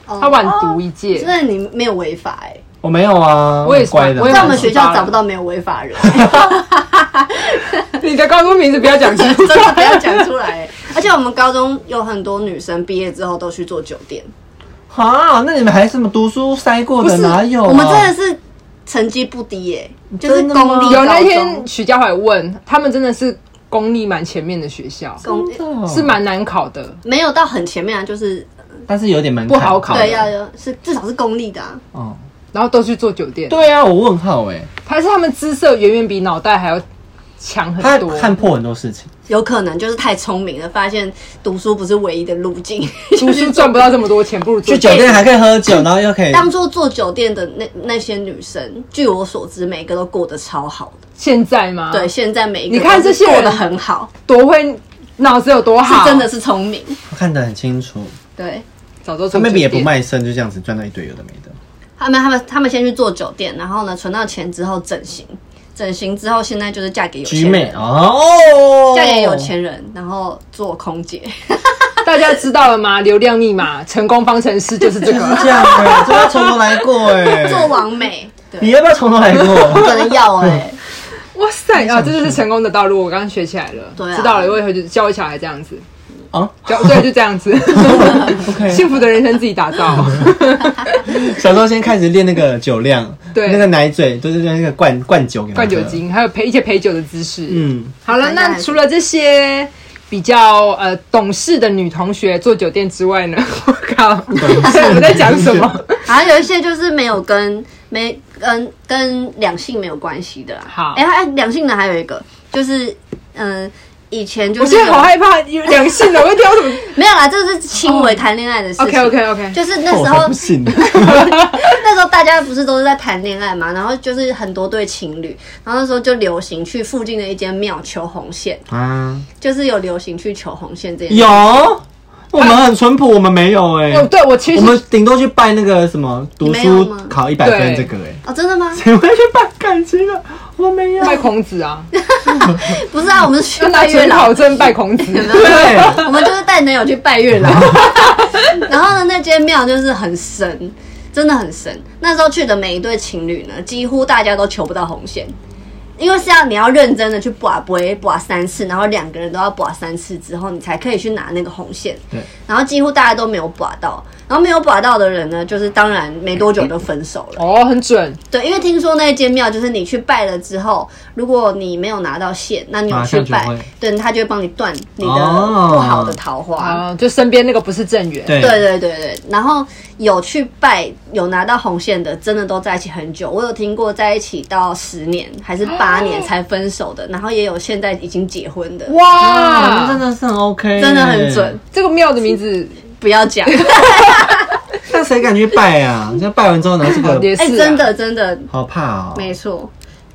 [SPEAKER 2] 他
[SPEAKER 3] 他
[SPEAKER 2] 晚读一届，
[SPEAKER 3] 真的你没有违法哎、
[SPEAKER 1] 我没有啊，
[SPEAKER 2] 我也
[SPEAKER 1] 很
[SPEAKER 2] 是
[SPEAKER 1] 乖的，
[SPEAKER 2] 我也
[SPEAKER 3] 在
[SPEAKER 2] 蛮
[SPEAKER 3] 我们学校找不到没有违 法人、
[SPEAKER 2] 你的高中名字不要讲清楚
[SPEAKER 3] 真。的不要讲出来、哎而且我们高中有很多女生毕业之后都去做酒店，
[SPEAKER 1] 啊，那你们还什么读书塞过的哪有、啊？
[SPEAKER 3] 我们真的是成绩不低耶、就是
[SPEAKER 1] 真的吗
[SPEAKER 3] 公立
[SPEAKER 2] 有那
[SPEAKER 3] 高
[SPEAKER 2] 天
[SPEAKER 3] 中，
[SPEAKER 2] 许家怀问他们，真的是公立蛮前面的学校，
[SPEAKER 3] 公
[SPEAKER 1] 真的哦
[SPEAKER 2] 是蛮难考的。
[SPEAKER 3] 没有到很前面啊，就是
[SPEAKER 1] 但是有点门槛
[SPEAKER 2] 不好考
[SPEAKER 3] 对要有是至少是公立的、啊，
[SPEAKER 1] 哦，
[SPEAKER 2] 然后都去做酒店，
[SPEAKER 1] 对啊，我问号哎、
[SPEAKER 2] 还是他们姿色远远比脑袋还要强
[SPEAKER 1] 他
[SPEAKER 2] 很多。
[SPEAKER 1] 看破很多事情，
[SPEAKER 3] 有可能就是太聪明了，发现读书不是唯一的路 径，
[SPEAKER 2] 读书赚不到这么多钱，不如做
[SPEAKER 1] 去酒店还可以喝酒，然后又可以
[SPEAKER 3] 当做做酒店的那那些女生，据我所知，每个都过得超好的。
[SPEAKER 2] 现在吗？
[SPEAKER 3] 对，，现在每一个
[SPEAKER 2] 啊你看
[SPEAKER 3] 都
[SPEAKER 2] 这些
[SPEAKER 3] 过
[SPEAKER 2] 人啊
[SPEAKER 3] 得很好，
[SPEAKER 2] 多会脑子有多
[SPEAKER 3] 是
[SPEAKER 2] 好，
[SPEAKER 3] 真的是聪明。
[SPEAKER 1] 看得很清楚。
[SPEAKER 3] 对
[SPEAKER 2] 早都做
[SPEAKER 1] 他
[SPEAKER 2] 酒
[SPEAKER 1] maybe 也
[SPEAKER 2] 店
[SPEAKER 1] 不卖身，就这样子赚到一堆有的没的。
[SPEAKER 3] 他们，他们他们先去做酒店，然后呢，存到钱之后整形，整形之后现在就是嫁给有
[SPEAKER 1] 菊
[SPEAKER 3] 钱
[SPEAKER 1] 妹
[SPEAKER 3] 人，
[SPEAKER 1] 哦，
[SPEAKER 3] 嫁给有，钱人，然后做空姐。
[SPEAKER 2] 大家知道了吗？流量密码成功方程式就是这
[SPEAKER 1] 就是
[SPEAKER 2] 个。
[SPEAKER 1] 这样哎、欸，这要从头来过 哎、
[SPEAKER 3] 做完美，
[SPEAKER 1] 你
[SPEAKER 3] 对，
[SPEAKER 1] 要不要从头来
[SPEAKER 3] 不
[SPEAKER 1] 过？
[SPEAKER 3] 可能要哎、欸，
[SPEAKER 2] 哇塞啊，这就是成功的道路，我刚刚学起来了。
[SPEAKER 3] 对啊
[SPEAKER 2] 知道了，我以后就教我小孩这样子，
[SPEAKER 1] 啊
[SPEAKER 2] 教对就这样子，
[SPEAKER 1] ，OK，
[SPEAKER 2] 幸福的人生自己打造。
[SPEAKER 1] 小时候先开始练那个酒量，
[SPEAKER 2] 对
[SPEAKER 1] 那个奶嘴都是那个灌灌酒给他
[SPEAKER 2] 灌
[SPEAKER 1] 喝
[SPEAKER 2] 酒，精，还有陪一些陪酒的姿势。嗯，
[SPEAKER 1] 嗯，
[SPEAKER 2] 好了，那除了这些比较呃懂事的女同学做酒店之外呢， 我靠，我在讲什么？
[SPEAKER 3] 然后有一些就是没有跟没跟跟两性没有关系的、啊。
[SPEAKER 2] 好
[SPEAKER 3] 哎、还两性的还有一个就是，嗯、以前就
[SPEAKER 2] 我
[SPEAKER 3] 是
[SPEAKER 2] 现在好害怕有两性的，我会挑什么
[SPEAKER 3] 没有啦，这 是轻
[SPEAKER 2] 哦
[SPEAKER 3] 微谈恋爱的事情。
[SPEAKER 2] ？OK OK OK，
[SPEAKER 3] 就是那
[SPEAKER 1] 那我
[SPEAKER 3] 时
[SPEAKER 1] 才
[SPEAKER 3] 候
[SPEAKER 1] 哦不，信 呢。
[SPEAKER 3] 那时候大家不是都是在谈恋爱嘛，然后就是很多对情侣，然后那时候就流行去附近的一间庙求红线，
[SPEAKER 1] 啊，
[SPEAKER 3] 就是有流行去求红线这件事。
[SPEAKER 1] 有，我们很淳朴，我们没有哎、
[SPEAKER 2] 哦，对我其
[SPEAKER 1] 我
[SPEAKER 2] 实
[SPEAKER 1] 们顶多去拜那个什么读
[SPEAKER 3] 没有
[SPEAKER 1] 书
[SPEAKER 3] 吗
[SPEAKER 1] 考一百分这个哎、
[SPEAKER 3] 哦，真的吗？
[SPEAKER 1] 谁会去拜感情的？我没有。
[SPEAKER 2] 拜孔子啊，
[SPEAKER 3] 不是啊，我们是
[SPEAKER 2] 要
[SPEAKER 3] 去
[SPEAKER 2] 拿
[SPEAKER 3] 拜月
[SPEAKER 2] 准
[SPEAKER 3] 老
[SPEAKER 2] 考证拜孔 子。
[SPEAKER 1] 对，
[SPEAKER 3] 我们就是带男友去拜月老，然后呢，那间庙就是很神，真的很神。那时候去的每一对情侣呢，几乎大家都求不到红线，因为是要你要认真的去啊拔杯，拔三次，然后两个人都要拔三次之后，你才可以去拿那个红线。
[SPEAKER 1] 对，
[SPEAKER 3] 然后几乎大家都没有拔到，然后没有拔到的人呢，就是当然没多久就分手 了。
[SPEAKER 2] 哦，很准，
[SPEAKER 3] 对，因为听说那间庙就是你去拜了之后，如果你没有拿到线，那你有
[SPEAKER 1] 马
[SPEAKER 3] 去
[SPEAKER 1] 上就
[SPEAKER 3] 拜
[SPEAKER 1] 会，
[SPEAKER 3] 对，他就会帮你断你的
[SPEAKER 1] 哦
[SPEAKER 3] 不好的桃花。
[SPEAKER 2] 啊、就身边那个不是正缘，
[SPEAKER 1] 对
[SPEAKER 3] 对对对对，然后有去拜有拿到红线的，真的都在一起很久。我有听过在一起到十年还是八年才分手的，然后也有现在已经结婚的，
[SPEAKER 1] 啊，
[SPEAKER 2] 哇，
[SPEAKER 1] 那真的是很 OK，
[SPEAKER 3] 嗯真的很准。。
[SPEAKER 2] 这个庙的名字
[SPEAKER 3] 不要讲，
[SPEAKER 1] 那谁敢去拜啊？就拜完之后拿这个，
[SPEAKER 2] 也是、啊
[SPEAKER 3] 哎、真，的真的
[SPEAKER 1] 好怕哦。
[SPEAKER 3] 没错，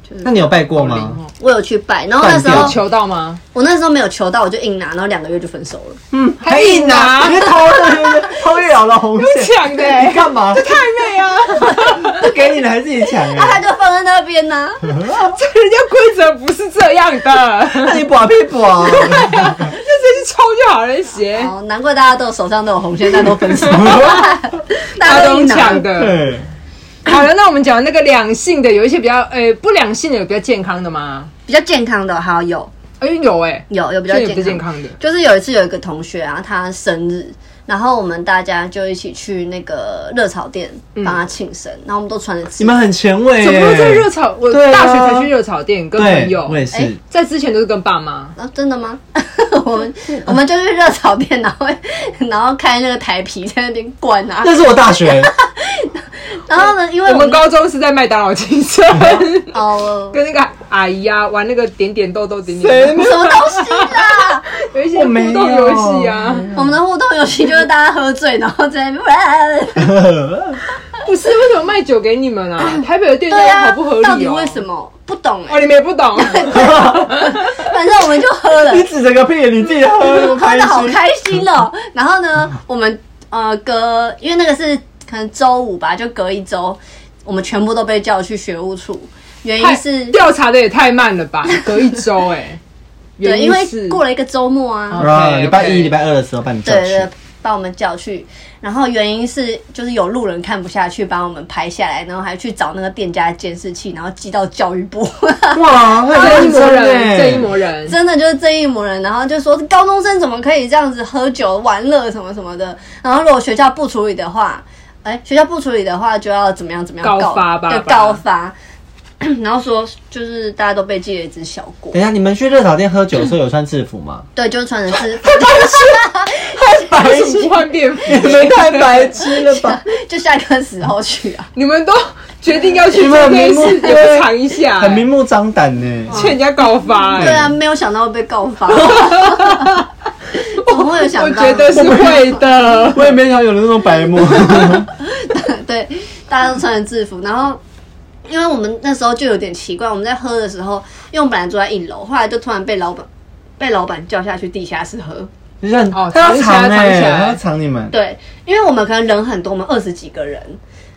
[SPEAKER 3] 就是
[SPEAKER 1] 那你有拜过吗？
[SPEAKER 3] 我有去拜，然后那时
[SPEAKER 1] 断
[SPEAKER 2] 有
[SPEAKER 1] 掉
[SPEAKER 3] 候
[SPEAKER 2] 求到吗？
[SPEAKER 3] 我那时候没有求到，我就硬拿，然后两个月就分手了。
[SPEAKER 1] 嗯，
[SPEAKER 2] 还硬拿
[SPEAKER 1] 你偷 了，偷越老的红
[SPEAKER 2] 用
[SPEAKER 1] 线，
[SPEAKER 2] 抢的、
[SPEAKER 1] 你干嘛？
[SPEAKER 2] 太美 啊！
[SPEAKER 1] 不给你了还自己抢
[SPEAKER 3] 那、他
[SPEAKER 1] 哎？
[SPEAKER 3] 就放在那边呢、
[SPEAKER 2] 这人家规则不是这样的，
[SPEAKER 1] 那你保屁保啊？
[SPEAKER 2] 那直接去抽就好了，鞋
[SPEAKER 3] 哦，难怪大家都手上都有红线，但都分手， 大
[SPEAKER 2] 大
[SPEAKER 3] 家
[SPEAKER 2] 家
[SPEAKER 3] 都
[SPEAKER 2] 都用
[SPEAKER 3] 硬拿
[SPEAKER 2] 抢。 的。
[SPEAKER 1] 对，
[SPEAKER 2] 好了，那我们讲那个两性的，有一些比较呃、不良性的，有比较健康的吗？
[SPEAKER 3] 比较健康的，好有
[SPEAKER 2] 哎、有哎、
[SPEAKER 3] 有有比
[SPEAKER 2] 比
[SPEAKER 3] 较
[SPEAKER 2] 有不
[SPEAKER 3] 健
[SPEAKER 2] 健
[SPEAKER 3] 康。
[SPEAKER 2] 康的。
[SPEAKER 3] 就是有一次有一个同学啊，他生日，然后我们大家就一起去那个热炒店帮他庆生，然后嗯我们都穿着制
[SPEAKER 1] 你
[SPEAKER 3] 服
[SPEAKER 1] 们很前卫耶。
[SPEAKER 2] 怎么会在热炒？我
[SPEAKER 1] 对啊
[SPEAKER 2] 大学才去热炒店，跟朋
[SPEAKER 1] 对，
[SPEAKER 2] 友
[SPEAKER 1] 我。也是
[SPEAKER 3] 哎。
[SPEAKER 2] 在之前都是跟爸妈。
[SPEAKER 3] 啊，真的吗？ 我们我们就去热炒店，然后然后开那个台皮在那边灌 啊，
[SPEAKER 1] 那是我大学，
[SPEAKER 3] 然后呢，因为
[SPEAKER 2] 我
[SPEAKER 3] 我
[SPEAKER 2] 们高中是在麦当劳庆生，
[SPEAKER 3] 哦，
[SPEAKER 2] 跟那个阿姨啊玩那个点点豆豆点
[SPEAKER 1] 谁
[SPEAKER 2] 点豆，
[SPEAKER 3] 什么东西啦？
[SPEAKER 2] 有一些
[SPEAKER 1] 我没有
[SPEAKER 2] 互动游戏啊。
[SPEAKER 3] 我们的互动游戏就是大家喝醉，然后在那边，
[SPEAKER 2] 不是为什么卖酒给你们 啊？台北的店
[SPEAKER 3] 对
[SPEAKER 2] 家
[SPEAKER 3] 啊，
[SPEAKER 2] 好不合理哦。
[SPEAKER 3] 到底为什？么？不懂哎、
[SPEAKER 2] 哦，你们也不 懂。
[SPEAKER 3] 反正我们就喝 了
[SPEAKER 1] 你，指着个屁，你自己喝，我
[SPEAKER 3] 喝的 好开心哦。然后呢，我们呃隔，因为那个是可能周五吧，就隔一周，我们全部都被叫去学务处，原因是
[SPEAKER 2] 调查的也太慢了 吧？隔一周哎、
[SPEAKER 3] 对，
[SPEAKER 2] 原
[SPEAKER 3] 因
[SPEAKER 2] 是
[SPEAKER 3] 为过了一个周末啊，
[SPEAKER 1] 啊，
[SPEAKER 2] OK，OK
[SPEAKER 1] 礼拜一、礼拜二的时候把你叫
[SPEAKER 3] 对对
[SPEAKER 1] 去，，
[SPEAKER 3] 把我们叫去，然后原因是就是有路人看不下去，把我们拍下来，然后还去找那个店家的监视器，然后寄到教育部。
[SPEAKER 1] 哇，那
[SPEAKER 2] 正义
[SPEAKER 1] 认
[SPEAKER 2] 魔
[SPEAKER 1] 真
[SPEAKER 2] 人，
[SPEAKER 1] 哎，
[SPEAKER 2] 正义魔人，
[SPEAKER 3] 真的就是这一模人，然后就说高中生怎么可以这样子喝酒玩乐什么什么的，然后如果学校不处理的话，哎、学校不处理的话就要怎么样怎么样
[SPEAKER 2] 告发吧
[SPEAKER 3] 对，
[SPEAKER 2] 吧
[SPEAKER 3] 告发。然后说就是大家都被记了一只小过，
[SPEAKER 1] 等一下，你们去热炒店喝酒的时候有穿制服 吗？
[SPEAKER 3] 对，就是穿的是
[SPEAKER 2] 为什么换便服？
[SPEAKER 1] 你们太白痴了吧！
[SPEAKER 3] 就下课时候去啊，
[SPEAKER 2] 你们都决定要去
[SPEAKER 1] 你们
[SPEAKER 2] 做
[SPEAKER 1] 很
[SPEAKER 2] 这件
[SPEAKER 1] 明目
[SPEAKER 2] 事，你们尝一下、欸
[SPEAKER 1] 很明目张胆呢。
[SPEAKER 2] 欠人家告发、欸。
[SPEAKER 3] 对啊，没有想到会被告 发， 怎么会有啊想
[SPEAKER 2] 我
[SPEAKER 3] 到？
[SPEAKER 2] 觉得是会 的。
[SPEAKER 1] 我也没想到有那种白目，
[SPEAKER 3] 对，大家都穿着制服，然后。因为我们那时候就有点奇怪，我们在喝的时候，因为我们本来住在一楼，后来就突然被老板被老板叫下去地下室喝。
[SPEAKER 1] 就是很
[SPEAKER 2] 哦
[SPEAKER 1] 他要藏
[SPEAKER 2] 藏起
[SPEAKER 1] 哎，
[SPEAKER 2] 来
[SPEAKER 1] 他要藏你们，
[SPEAKER 3] 对，因为我们可能人很多，我们二十几个人，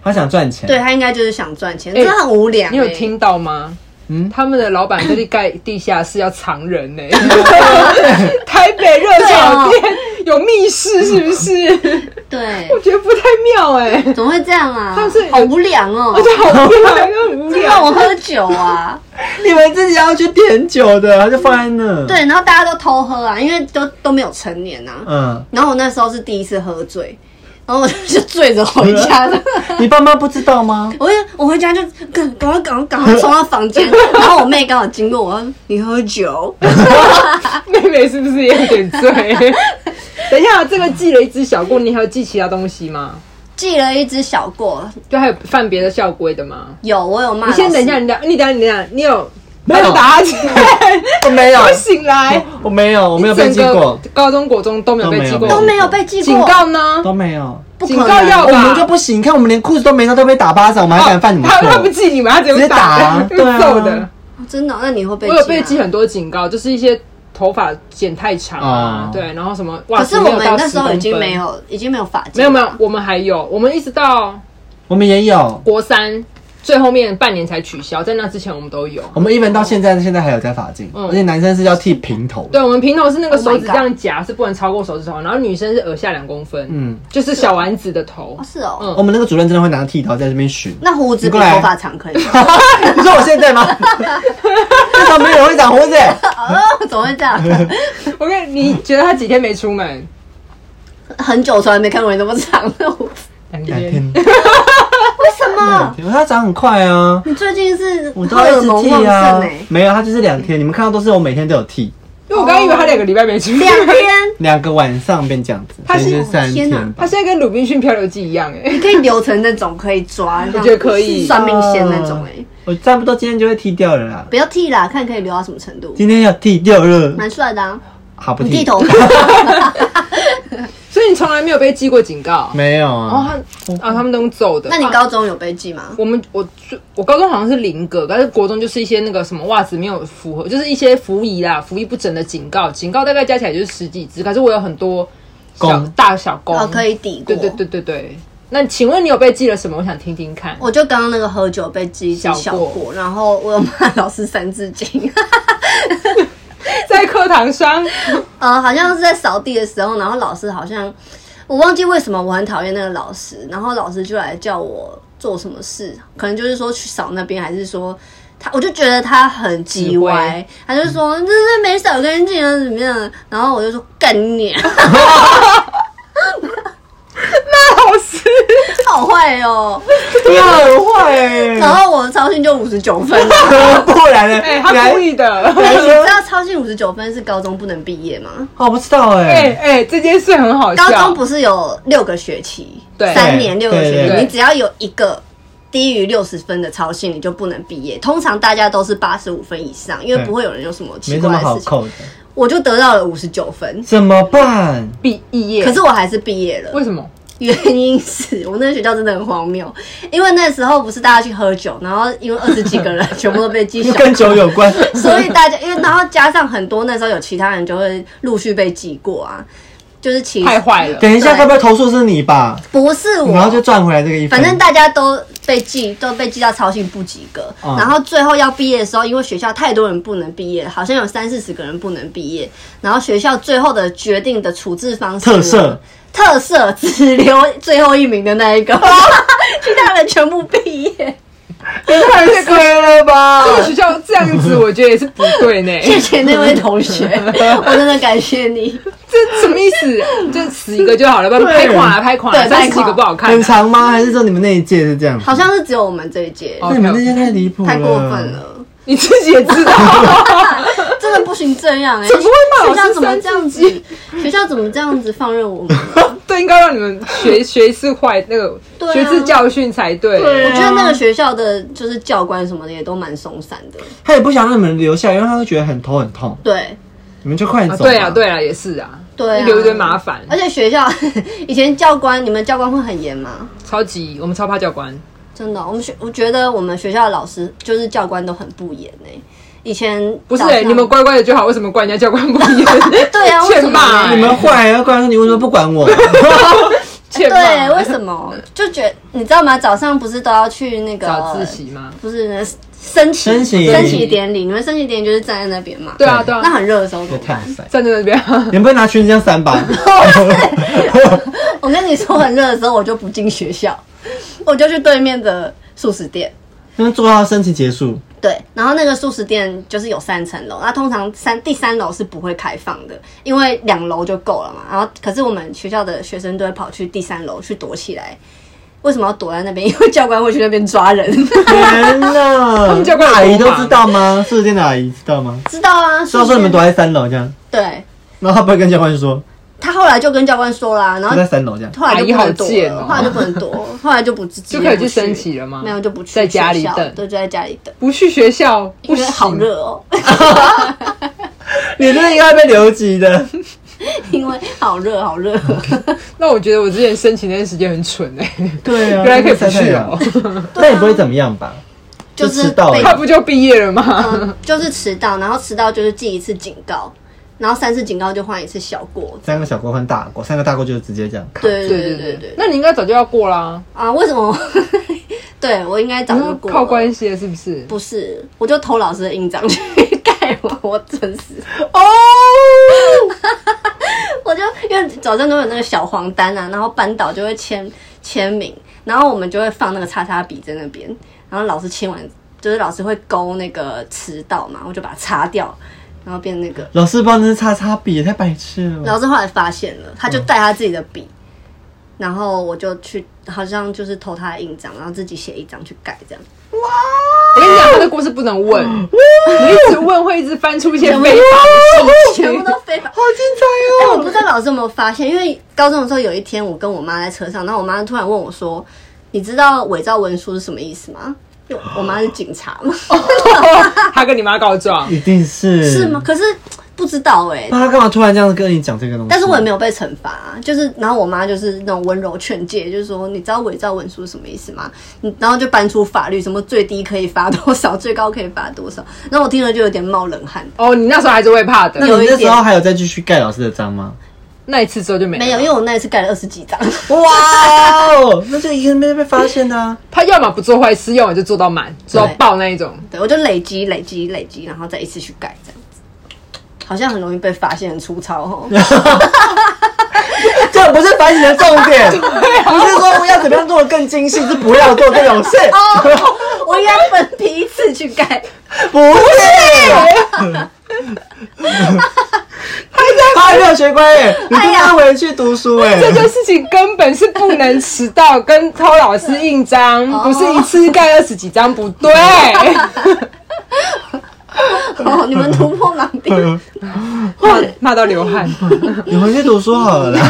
[SPEAKER 1] 他想赚钱。
[SPEAKER 3] 对他应该就是想赚钱，
[SPEAKER 2] 哎
[SPEAKER 3] 真的很无聊、
[SPEAKER 2] 你有
[SPEAKER 3] 哎？
[SPEAKER 2] 听到吗？
[SPEAKER 1] 嗯
[SPEAKER 2] 他们的老板就是盖地下室要藏人呢、欸 台北热炒店
[SPEAKER 3] 啊
[SPEAKER 2] 有密室是不 是？
[SPEAKER 3] 对，
[SPEAKER 2] 我觉得不太妙哎、欸，
[SPEAKER 3] 怎么会这样啊
[SPEAKER 2] 上次？有
[SPEAKER 3] 好无聊哦、
[SPEAKER 2] 我觉得好无聊，又很无
[SPEAKER 3] 这让
[SPEAKER 2] 聊。
[SPEAKER 3] 我喝酒 啊，
[SPEAKER 1] 你们自己要去点酒的，他就放在那。，
[SPEAKER 3] 对，然后大家都偷喝啊，因为都都没有成年啊。
[SPEAKER 1] 嗯，
[SPEAKER 3] 然后我那时候是第一次喝醉，然后我就 醉着回 家的。
[SPEAKER 1] 你爸妈不知道吗？
[SPEAKER 3] 我就我回家就赶赶快赶快赶快冲到房间，然后我妹刚好经过我，说你喝酒，
[SPEAKER 2] 妹妹是不是也有点醉？ 等一下，这个寄了一只小过，你还有寄其他东西吗？
[SPEAKER 3] 寄了一只小过，
[SPEAKER 2] 就还有犯别的校规的吗？
[SPEAKER 3] 有我有骂。
[SPEAKER 2] 你先等一
[SPEAKER 3] 啊
[SPEAKER 2] 下，，你等，你等一下，你等一下，你有
[SPEAKER 1] 没有
[SPEAKER 2] 他就打哈 欠，
[SPEAKER 1] 我没有
[SPEAKER 2] 我醒来，
[SPEAKER 1] 我没有，我没有被
[SPEAKER 2] 整
[SPEAKER 1] 记过
[SPEAKER 2] 个，高中、国中都没有被记过，
[SPEAKER 3] 都没有被寄过，
[SPEAKER 2] 警告呢？
[SPEAKER 1] 都没有。
[SPEAKER 3] 不可
[SPEAKER 2] 警
[SPEAKER 3] 能
[SPEAKER 2] 告要
[SPEAKER 1] 我
[SPEAKER 2] 吧？
[SPEAKER 1] 们就不行，你看我们连裤子都没穿，都被打巴掌，我们还敢犯你们
[SPEAKER 2] 他他不
[SPEAKER 1] 错？
[SPEAKER 2] 记你们，他只
[SPEAKER 1] 直
[SPEAKER 2] 会
[SPEAKER 1] 接打
[SPEAKER 2] 打
[SPEAKER 1] 啊
[SPEAKER 2] 的，
[SPEAKER 1] 对啊
[SPEAKER 2] 揍的。
[SPEAKER 3] 真的哦、那你会被
[SPEAKER 2] 我有被记
[SPEAKER 3] 吗。
[SPEAKER 2] 很多警告，就是一些头发剪太长啊
[SPEAKER 1] 哦，
[SPEAKER 2] 对，然后什么哇，
[SPEAKER 3] 可是
[SPEAKER 2] 没
[SPEAKER 3] 我
[SPEAKER 2] 有
[SPEAKER 3] 们
[SPEAKER 2] 到
[SPEAKER 3] 那时候
[SPEAKER 2] 10
[SPEAKER 3] 已经
[SPEAKER 2] 公分
[SPEAKER 3] 没。有，已经没有法
[SPEAKER 2] 没
[SPEAKER 3] 戒
[SPEAKER 2] 有
[SPEAKER 3] 了，
[SPEAKER 2] 没有，我们还有，我们一直到
[SPEAKER 1] 我们也有，
[SPEAKER 2] 国三最后面半年才取消，在那之前我们都有。
[SPEAKER 1] 我们 even 到现在，现在还有在发镜，而且男生是要剃平头的。
[SPEAKER 2] 对，我们平头是那个
[SPEAKER 3] Oh my
[SPEAKER 2] 手指
[SPEAKER 3] God
[SPEAKER 2] 这样夹，是不能超过手指头，然后女生是耳下两公分，
[SPEAKER 1] 嗯
[SPEAKER 2] 嗯，就是小丸子的头
[SPEAKER 3] 哦，。是哦。
[SPEAKER 2] 嗯
[SPEAKER 1] 我们那个主任真的会拿剃刀在这边寻。
[SPEAKER 3] 那胡子比
[SPEAKER 1] 你过来
[SPEAKER 3] 头发长可以吗？
[SPEAKER 1] 你说我现在吗？至少没有人会长胡子。欸
[SPEAKER 3] 哦 怎么会这样？
[SPEAKER 2] 我跟你你觉得他几天没出门？
[SPEAKER 3] 很久从来没看过你这么长的胡子，
[SPEAKER 2] 两
[SPEAKER 1] 两天，
[SPEAKER 3] 为什么？
[SPEAKER 1] 因为他长很快啊，
[SPEAKER 3] 你最近是
[SPEAKER 1] 我都
[SPEAKER 3] 荷
[SPEAKER 1] 一
[SPEAKER 3] 尔
[SPEAKER 1] 直
[SPEAKER 3] 蒙旺
[SPEAKER 1] 剃
[SPEAKER 3] 盛
[SPEAKER 1] 啊
[SPEAKER 3] 哎、。
[SPEAKER 1] 没有，他就是两天，你们看到都是我每天都有剃，
[SPEAKER 2] 因为我刚刚以为他两个礼拜没出门。
[SPEAKER 3] 两天，
[SPEAKER 1] 两个晚上变这样子，
[SPEAKER 2] 他是
[SPEAKER 1] 所以就三
[SPEAKER 3] 天哪
[SPEAKER 1] 天吧
[SPEAKER 2] 他。现在跟《鲁滨逊漂流记》一样哎、
[SPEAKER 3] 你可以留成那种可以抓，我
[SPEAKER 2] 觉得可以
[SPEAKER 3] 算命仙那
[SPEAKER 1] 嗯
[SPEAKER 3] 种哎、欸，
[SPEAKER 1] 我差不多今天就会剃掉了啦。
[SPEAKER 3] 不要剃啦，看可以留到什么程度，
[SPEAKER 1] 今天要剃掉了，
[SPEAKER 3] 蛮帅的啊，
[SPEAKER 1] 好不
[SPEAKER 3] 你剃
[SPEAKER 1] 剃？
[SPEAKER 3] 头 发，
[SPEAKER 2] 所以你从来没有被记过警告。
[SPEAKER 1] 没有
[SPEAKER 2] 然后
[SPEAKER 3] 哦
[SPEAKER 1] 啊，
[SPEAKER 2] 他啊，他们都用揍的。
[SPEAKER 3] 嗯那你
[SPEAKER 2] 啊
[SPEAKER 3] 高中有被记吗？
[SPEAKER 2] 我们我最我高中好像是零个，但是国中就是一些那个什么袜子没有符合，就是一些服仪啦、服仪不整的警告，警告大概加起来就是十几只，可是我有很多小
[SPEAKER 1] 公
[SPEAKER 2] 大小功，
[SPEAKER 3] 哦，可以抵过。
[SPEAKER 2] 啊对对对对对。那请问你有被记了什么？我想听听看。
[SPEAKER 3] 我就刚刚那个喝酒被记记
[SPEAKER 2] 小
[SPEAKER 3] 小
[SPEAKER 2] 过
[SPEAKER 3] 过，然后我有骂老师三字经，
[SPEAKER 2] 在课堂上，
[SPEAKER 3] 呃，好像是在扫地的时候，然后老师好像我忘记为什么我很讨厌那个老师，然后老师就来叫我做什么事，可能就是说去扫那边，还是说他，我就觉得他很叽歪，他就说
[SPEAKER 2] 嗯
[SPEAKER 3] 这是没扫干净啊，怎么样？然后我就说干你、啊，
[SPEAKER 2] 老师，
[SPEAKER 3] 好坏哦。
[SPEAKER 1] 你很 坏欸
[SPEAKER 3] 然，后我超信就五十九 分了。
[SPEAKER 1] 不然呢？
[SPEAKER 2] 哎、
[SPEAKER 1] 你
[SPEAKER 2] 他
[SPEAKER 1] 还
[SPEAKER 2] 故意的。
[SPEAKER 3] 哎你知道超信五十九分是高中不能毕业吗？
[SPEAKER 1] 哦，我不知道
[SPEAKER 2] 哎哎、
[SPEAKER 1] 哎，
[SPEAKER 2] 这件事很好笑。
[SPEAKER 3] 高中不是有六个学期，
[SPEAKER 2] 对
[SPEAKER 3] 三年六个
[SPEAKER 1] 呃对
[SPEAKER 3] 学
[SPEAKER 1] 对
[SPEAKER 3] 期，
[SPEAKER 2] 对
[SPEAKER 3] 你只要有一个低于六十分的操性，你就不能毕业。通常大家都是八十五分以上，因为
[SPEAKER 1] 对
[SPEAKER 3] 不会有人有什么
[SPEAKER 1] 没
[SPEAKER 3] 奇
[SPEAKER 1] 什么
[SPEAKER 3] 怪的
[SPEAKER 1] 好
[SPEAKER 3] 事情。
[SPEAKER 1] 扣的，
[SPEAKER 3] 我就得到了五十九分，
[SPEAKER 1] 怎么办？
[SPEAKER 2] 毕毕业，
[SPEAKER 3] 可是我还是毕业了
[SPEAKER 2] 为。什么？
[SPEAKER 3] 原因是我那个学校真的很荒谬，因为那时候不是大家去喝酒，然后因为二十几个人 全部都被记
[SPEAKER 1] 就
[SPEAKER 3] 小
[SPEAKER 1] 跟酒有关。
[SPEAKER 3] 所以大家因为然后加上很多那时候有其他人就会陆续被记过啊，就是其
[SPEAKER 2] 太坏了。
[SPEAKER 1] 等一下，
[SPEAKER 3] 对
[SPEAKER 1] 该不会投诉是你吧？
[SPEAKER 3] 不是我，
[SPEAKER 1] 然后就赚回来这个一分。
[SPEAKER 3] 反正大家都被记，都被记到操性不及格。
[SPEAKER 1] 嗯
[SPEAKER 3] 然后最后要毕业的时候，因为学校太多人不能毕业，好像有三四十个人不能毕业。然后学校最后的决定的处置方式呢，
[SPEAKER 1] 特色
[SPEAKER 3] 特色只留最后一名的那一个， 其他人全部毕 业。
[SPEAKER 1] 也太亏了吧
[SPEAKER 2] 这个学校这样子，我觉得也是不对 呢。
[SPEAKER 3] 谢谢那位同学，我真的感谢你。
[SPEAKER 2] 这什么意思？ 就死一个就好了，不然拍垮了，拍垮了，
[SPEAKER 3] 对
[SPEAKER 2] 三十
[SPEAKER 3] 拍垮
[SPEAKER 2] 几个不好看啊
[SPEAKER 1] 很。长吗？还是说你们那一届是这样？
[SPEAKER 3] 好像是只有我们这一届
[SPEAKER 2] 哦
[SPEAKER 1] 那你们那届太离谱了，
[SPEAKER 3] 太过分。了，
[SPEAKER 2] 你自己也知道，
[SPEAKER 3] 真的不行这样哎、
[SPEAKER 2] 怎么会骂老
[SPEAKER 3] 学校
[SPEAKER 2] 师
[SPEAKER 3] 怎么
[SPEAKER 2] 三
[SPEAKER 3] 这样
[SPEAKER 2] 字
[SPEAKER 3] 子
[SPEAKER 2] 经？？
[SPEAKER 3] 学校怎么这样子放任我们呢？
[SPEAKER 2] 对，应该让你们学 学一次坏那个
[SPEAKER 3] 对啊
[SPEAKER 2] 学一次教训才对。啊
[SPEAKER 3] 我觉得那个学校的就是教官什么的也都蛮松散的，
[SPEAKER 1] 他也不想让你们留下来，因为他会觉得很头很痛，
[SPEAKER 3] 对
[SPEAKER 1] 你们就快
[SPEAKER 2] 啊
[SPEAKER 1] 走吧。
[SPEAKER 2] 对啊，对啊，也是啊，
[SPEAKER 3] 对、啊，
[SPEAKER 2] 留一堆麻烦
[SPEAKER 3] 而且学校 以前教官，你们教官会很严吗？
[SPEAKER 2] 超级我们超怕教官，
[SPEAKER 3] 真的哦，我们学我觉得我们学校的老师就是教官都很不严哎、以前
[SPEAKER 2] 不是
[SPEAKER 3] 早上
[SPEAKER 2] 欸你们乖乖的就好，为什么怪人家教官不严？
[SPEAKER 3] 对啊为什
[SPEAKER 2] 欠
[SPEAKER 3] 么
[SPEAKER 2] 骂欸
[SPEAKER 1] 你们坏啊！怪说你为什么不管我？
[SPEAKER 2] 欠骂，
[SPEAKER 3] 对为什么就觉得你知道吗？早上不是都要去那个
[SPEAKER 2] 早自，习吗？
[SPEAKER 3] 不是那升旗
[SPEAKER 1] 升旗
[SPEAKER 3] 升旗典礼，你们升旗典礼就是站在那边嘛，
[SPEAKER 2] 对啊，对
[SPEAKER 3] 那
[SPEAKER 2] 啊，
[SPEAKER 3] 很热的时候怎么
[SPEAKER 1] 太
[SPEAKER 3] 办？
[SPEAKER 1] 晒，
[SPEAKER 2] 站在那边，
[SPEAKER 1] 你们不会拿裙子这样扇吧？
[SPEAKER 3] 我跟你说很热的时候我就不进学校， 我就去对面的素食店。
[SPEAKER 1] 那做到升旗结束，
[SPEAKER 3] 对，然后那个素食店就是有三层楼，那通常三第三楼是不会开放的，因为两楼就够了嘛。然后可是我们学校的学生都会跑去第三楼去躲起来。为什么要躲在那边？ 因为教官会去那边抓人。
[SPEAKER 1] 天哪！
[SPEAKER 2] 们教官有
[SPEAKER 1] 阿姨
[SPEAKER 2] 多
[SPEAKER 1] 都
[SPEAKER 2] 忙
[SPEAKER 1] 知道吗？素食店的阿姨知道吗？
[SPEAKER 3] 知道啊，
[SPEAKER 1] 知道说你们躲在三楼这样，
[SPEAKER 3] 对。
[SPEAKER 1] 然后他不会跟教官说
[SPEAKER 3] 他后来就跟教官说啦，然
[SPEAKER 1] 躲
[SPEAKER 3] 后
[SPEAKER 1] 在三楼这样。
[SPEAKER 3] 后来就不能躲
[SPEAKER 2] 阿姨好贱
[SPEAKER 3] 了，
[SPEAKER 2] 哦
[SPEAKER 3] 后来就不能 躲，后来就不自己
[SPEAKER 2] 就可以去升旗了吗
[SPEAKER 3] 没有就不去，
[SPEAKER 2] 在家里
[SPEAKER 3] 学校
[SPEAKER 2] 等
[SPEAKER 3] 对，就在家里等，
[SPEAKER 2] 不去学校
[SPEAKER 3] 因
[SPEAKER 2] 不
[SPEAKER 3] 为
[SPEAKER 2] 行，
[SPEAKER 3] 好热哦，
[SPEAKER 1] 你真的应该被留级的。
[SPEAKER 3] 因为好热好 热。
[SPEAKER 2] 那我觉得我之前申请那段时间很蠢哎、
[SPEAKER 1] 对啊
[SPEAKER 2] 原来可以不去哦、
[SPEAKER 1] 但也不会怎么样吧？
[SPEAKER 3] 就
[SPEAKER 1] 迟
[SPEAKER 3] 是
[SPEAKER 1] 到
[SPEAKER 3] 被
[SPEAKER 2] 他
[SPEAKER 1] 了，
[SPEAKER 2] 不就毕业了吗？
[SPEAKER 3] 嗯就是迟到，然后迟到就是记一次警告，然后三次警告就换一次小过。
[SPEAKER 1] 三个小锅换大锅，三个大锅就是直接这样。
[SPEAKER 3] 嗯对对对对对
[SPEAKER 2] 那你应该早就要过啦。
[SPEAKER 3] 啊！为什么？ 对我应该早
[SPEAKER 2] 你
[SPEAKER 3] 就
[SPEAKER 2] 说
[SPEAKER 3] 过
[SPEAKER 2] 靠关
[SPEAKER 3] 系
[SPEAKER 2] 系了是不是？
[SPEAKER 3] 不是，我就偷老师的印章去盖我，我真是，
[SPEAKER 1] 哦，
[SPEAKER 3] 我就因为早上都有那个小黄单啊，然后班导就会签签名，然后我们就会放那个叉叉笔在那边，然后老师签完，就是老师会勾那个迟到嘛，我就把它擦掉，然后变那个。
[SPEAKER 1] 老师帮那是擦擦笔，也太白痴了吧。
[SPEAKER 3] 老师后来发现了，他就带他自己的笔，然后我就去，好像就是偷他的印章，然后自己写一张去改这样。
[SPEAKER 2] 我跟你讲，他的故事不能问，你一直问会一直翻出一些非法的事
[SPEAKER 3] 全部
[SPEAKER 2] 情。
[SPEAKER 3] 都非法。
[SPEAKER 1] 好精
[SPEAKER 3] 哎、
[SPEAKER 1] 彩哦
[SPEAKER 3] 我不知道老师有没有发现，因为高中的时候有一天，我跟我妈在车上，然后我妈突然问我说：“你知道伪造文书是什么意思吗？”就我妈是警察嘛，
[SPEAKER 2] 他跟你妈告状，
[SPEAKER 1] 一定是
[SPEAKER 3] 是吗？？可是不知道哎、
[SPEAKER 1] 那他干嘛突然这样子跟你讲这个东西？
[SPEAKER 3] 但是我也没有被惩罚、啊，就是然后我妈就是那种温柔劝诫，就是说你知道伪造文书是什么意思吗？你然后就搬出法律，什么最低可以罚多少，最高可以罚多少。然后我听了就有点冒冷汗。
[SPEAKER 2] 哦，你那时候还是会怕
[SPEAKER 1] 那
[SPEAKER 2] 的，
[SPEAKER 3] 有
[SPEAKER 1] 你
[SPEAKER 3] 一
[SPEAKER 1] 那时
[SPEAKER 3] 点
[SPEAKER 1] 候还有再继续盖老师的章吗？
[SPEAKER 2] 那一次之后就没了
[SPEAKER 3] 没有，因为我那一次盖了二十几张，啊
[SPEAKER 1] 哇哦，那就一个没被发现的啊！
[SPEAKER 2] 他要么不做坏事，要么就做到满，做到
[SPEAKER 3] 对
[SPEAKER 2] 爆那一 种。
[SPEAKER 3] 对我就累积、累积、累积，然后再一次去盖这样子，好像很容易被发现，很粗糙哦。
[SPEAKER 1] 这不是反省的重 点，不是说要怎么样做的更精细，是不要做这种事，
[SPEAKER 3] 哦我应该分批一次去盖，
[SPEAKER 1] 不是。他还没有学乖耶，你不让回去读书哎，
[SPEAKER 2] 这件事情根本是不能迟到，跟偷老师印 章，不是一次盖二十几张，不对。
[SPEAKER 3] 哦，你们突破盲点。
[SPEAKER 2] 骂骂到流汗，
[SPEAKER 1] 你回去读书好了啦。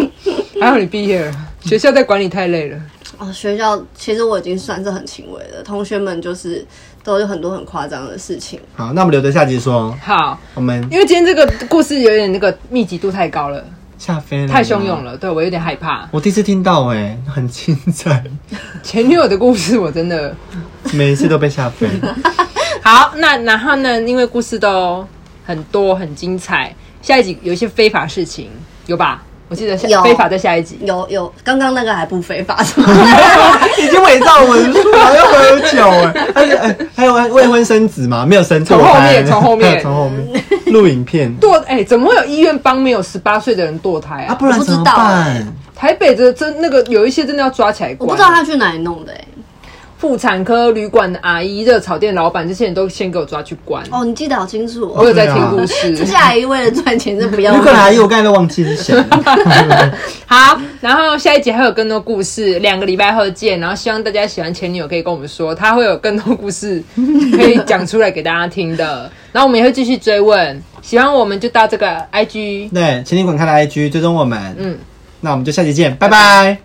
[SPEAKER 2] 还好你毕业了。学校在管理太累了，
[SPEAKER 3] 哦，学校其实我已经算是很轻微的，同学们就是都有很多很夸张的事情。
[SPEAKER 1] 好，那我们留着下集说。
[SPEAKER 2] 好，
[SPEAKER 1] 我们
[SPEAKER 2] 因为今天这个故事有点那个密集度太高了，
[SPEAKER 1] 下飞了，
[SPEAKER 2] 嗯太汹涌。了，对我有点害怕。
[SPEAKER 1] 我第一次听到哎、很精彩，
[SPEAKER 2] 前女友的故事我真的
[SPEAKER 1] 每一次都被吓飞。
[SPEAKER 2] 好，那然后呢？因为故事都很多很精彩，下一集有一些非法事情，有吧？我记得下
[SPEAKER 3] 有
[SPEAKER 2] 非法在下一集。
[SPEAKER 3] 有有，刚刚那个还不非法，
[SPEAKER 1] 已经伪造文书了，又喝酒哎，而且哎还有未婚生子嘛，没有生错胎
[SPEAKER 2] 从后面
[SPEAKER 1] 从后面录影片
[SPEAKER 2] 堕哎、怎么会有医院帮没有十八岁的人堕胎
[SPEAKER 1] 啊，
[SPEAKER 2] 啊？
[SPEAKER 1] 不然
[SPEAKER 3] 我不知
[SPEAKER 1] 怎么
[SPEAKER 3] 道
[SPEAKER 1] 办
[SPEAKER 3] 哎？
[SPEAKER 2] 台北的真那个有一些真的要抓起来
[SPEAKER 3] 我
[SPEAKER 2] 关。
[SPEAKER 3] 不知道他去哪里弄的哎、
[SPEAKER 2] 妇产科旅馆的阿姨、热炒店老板这些人都先给我抓去关。
[SPEAKER 3] 哦，你记得好清楚
[SPEAKER 2] 我
[SPEAKER 3] 哦。
[SPEAKER 2] 有在听故事。
[SPEAKER 3] 这下一为了赚钱，这不要哎
[SPEAKER 1] 如果来，我刚才都忘记是谁了。
[SPEAKER 2] 好，然后下一集还有更多故事，两个礼拜后见。然后希望大家喜欢前女友可以跟我们说，她会有更多故事可以讲出来给大家听的。然后我们也会继续追问，喜欢我们就到这个 IG。
[SPEAKER 1] 对，请你滚开的 IG 追踪我们。
[SPEAKER 2] 嗯
[SPEAKER 1] 嗯，那我们就下期见，拜拜。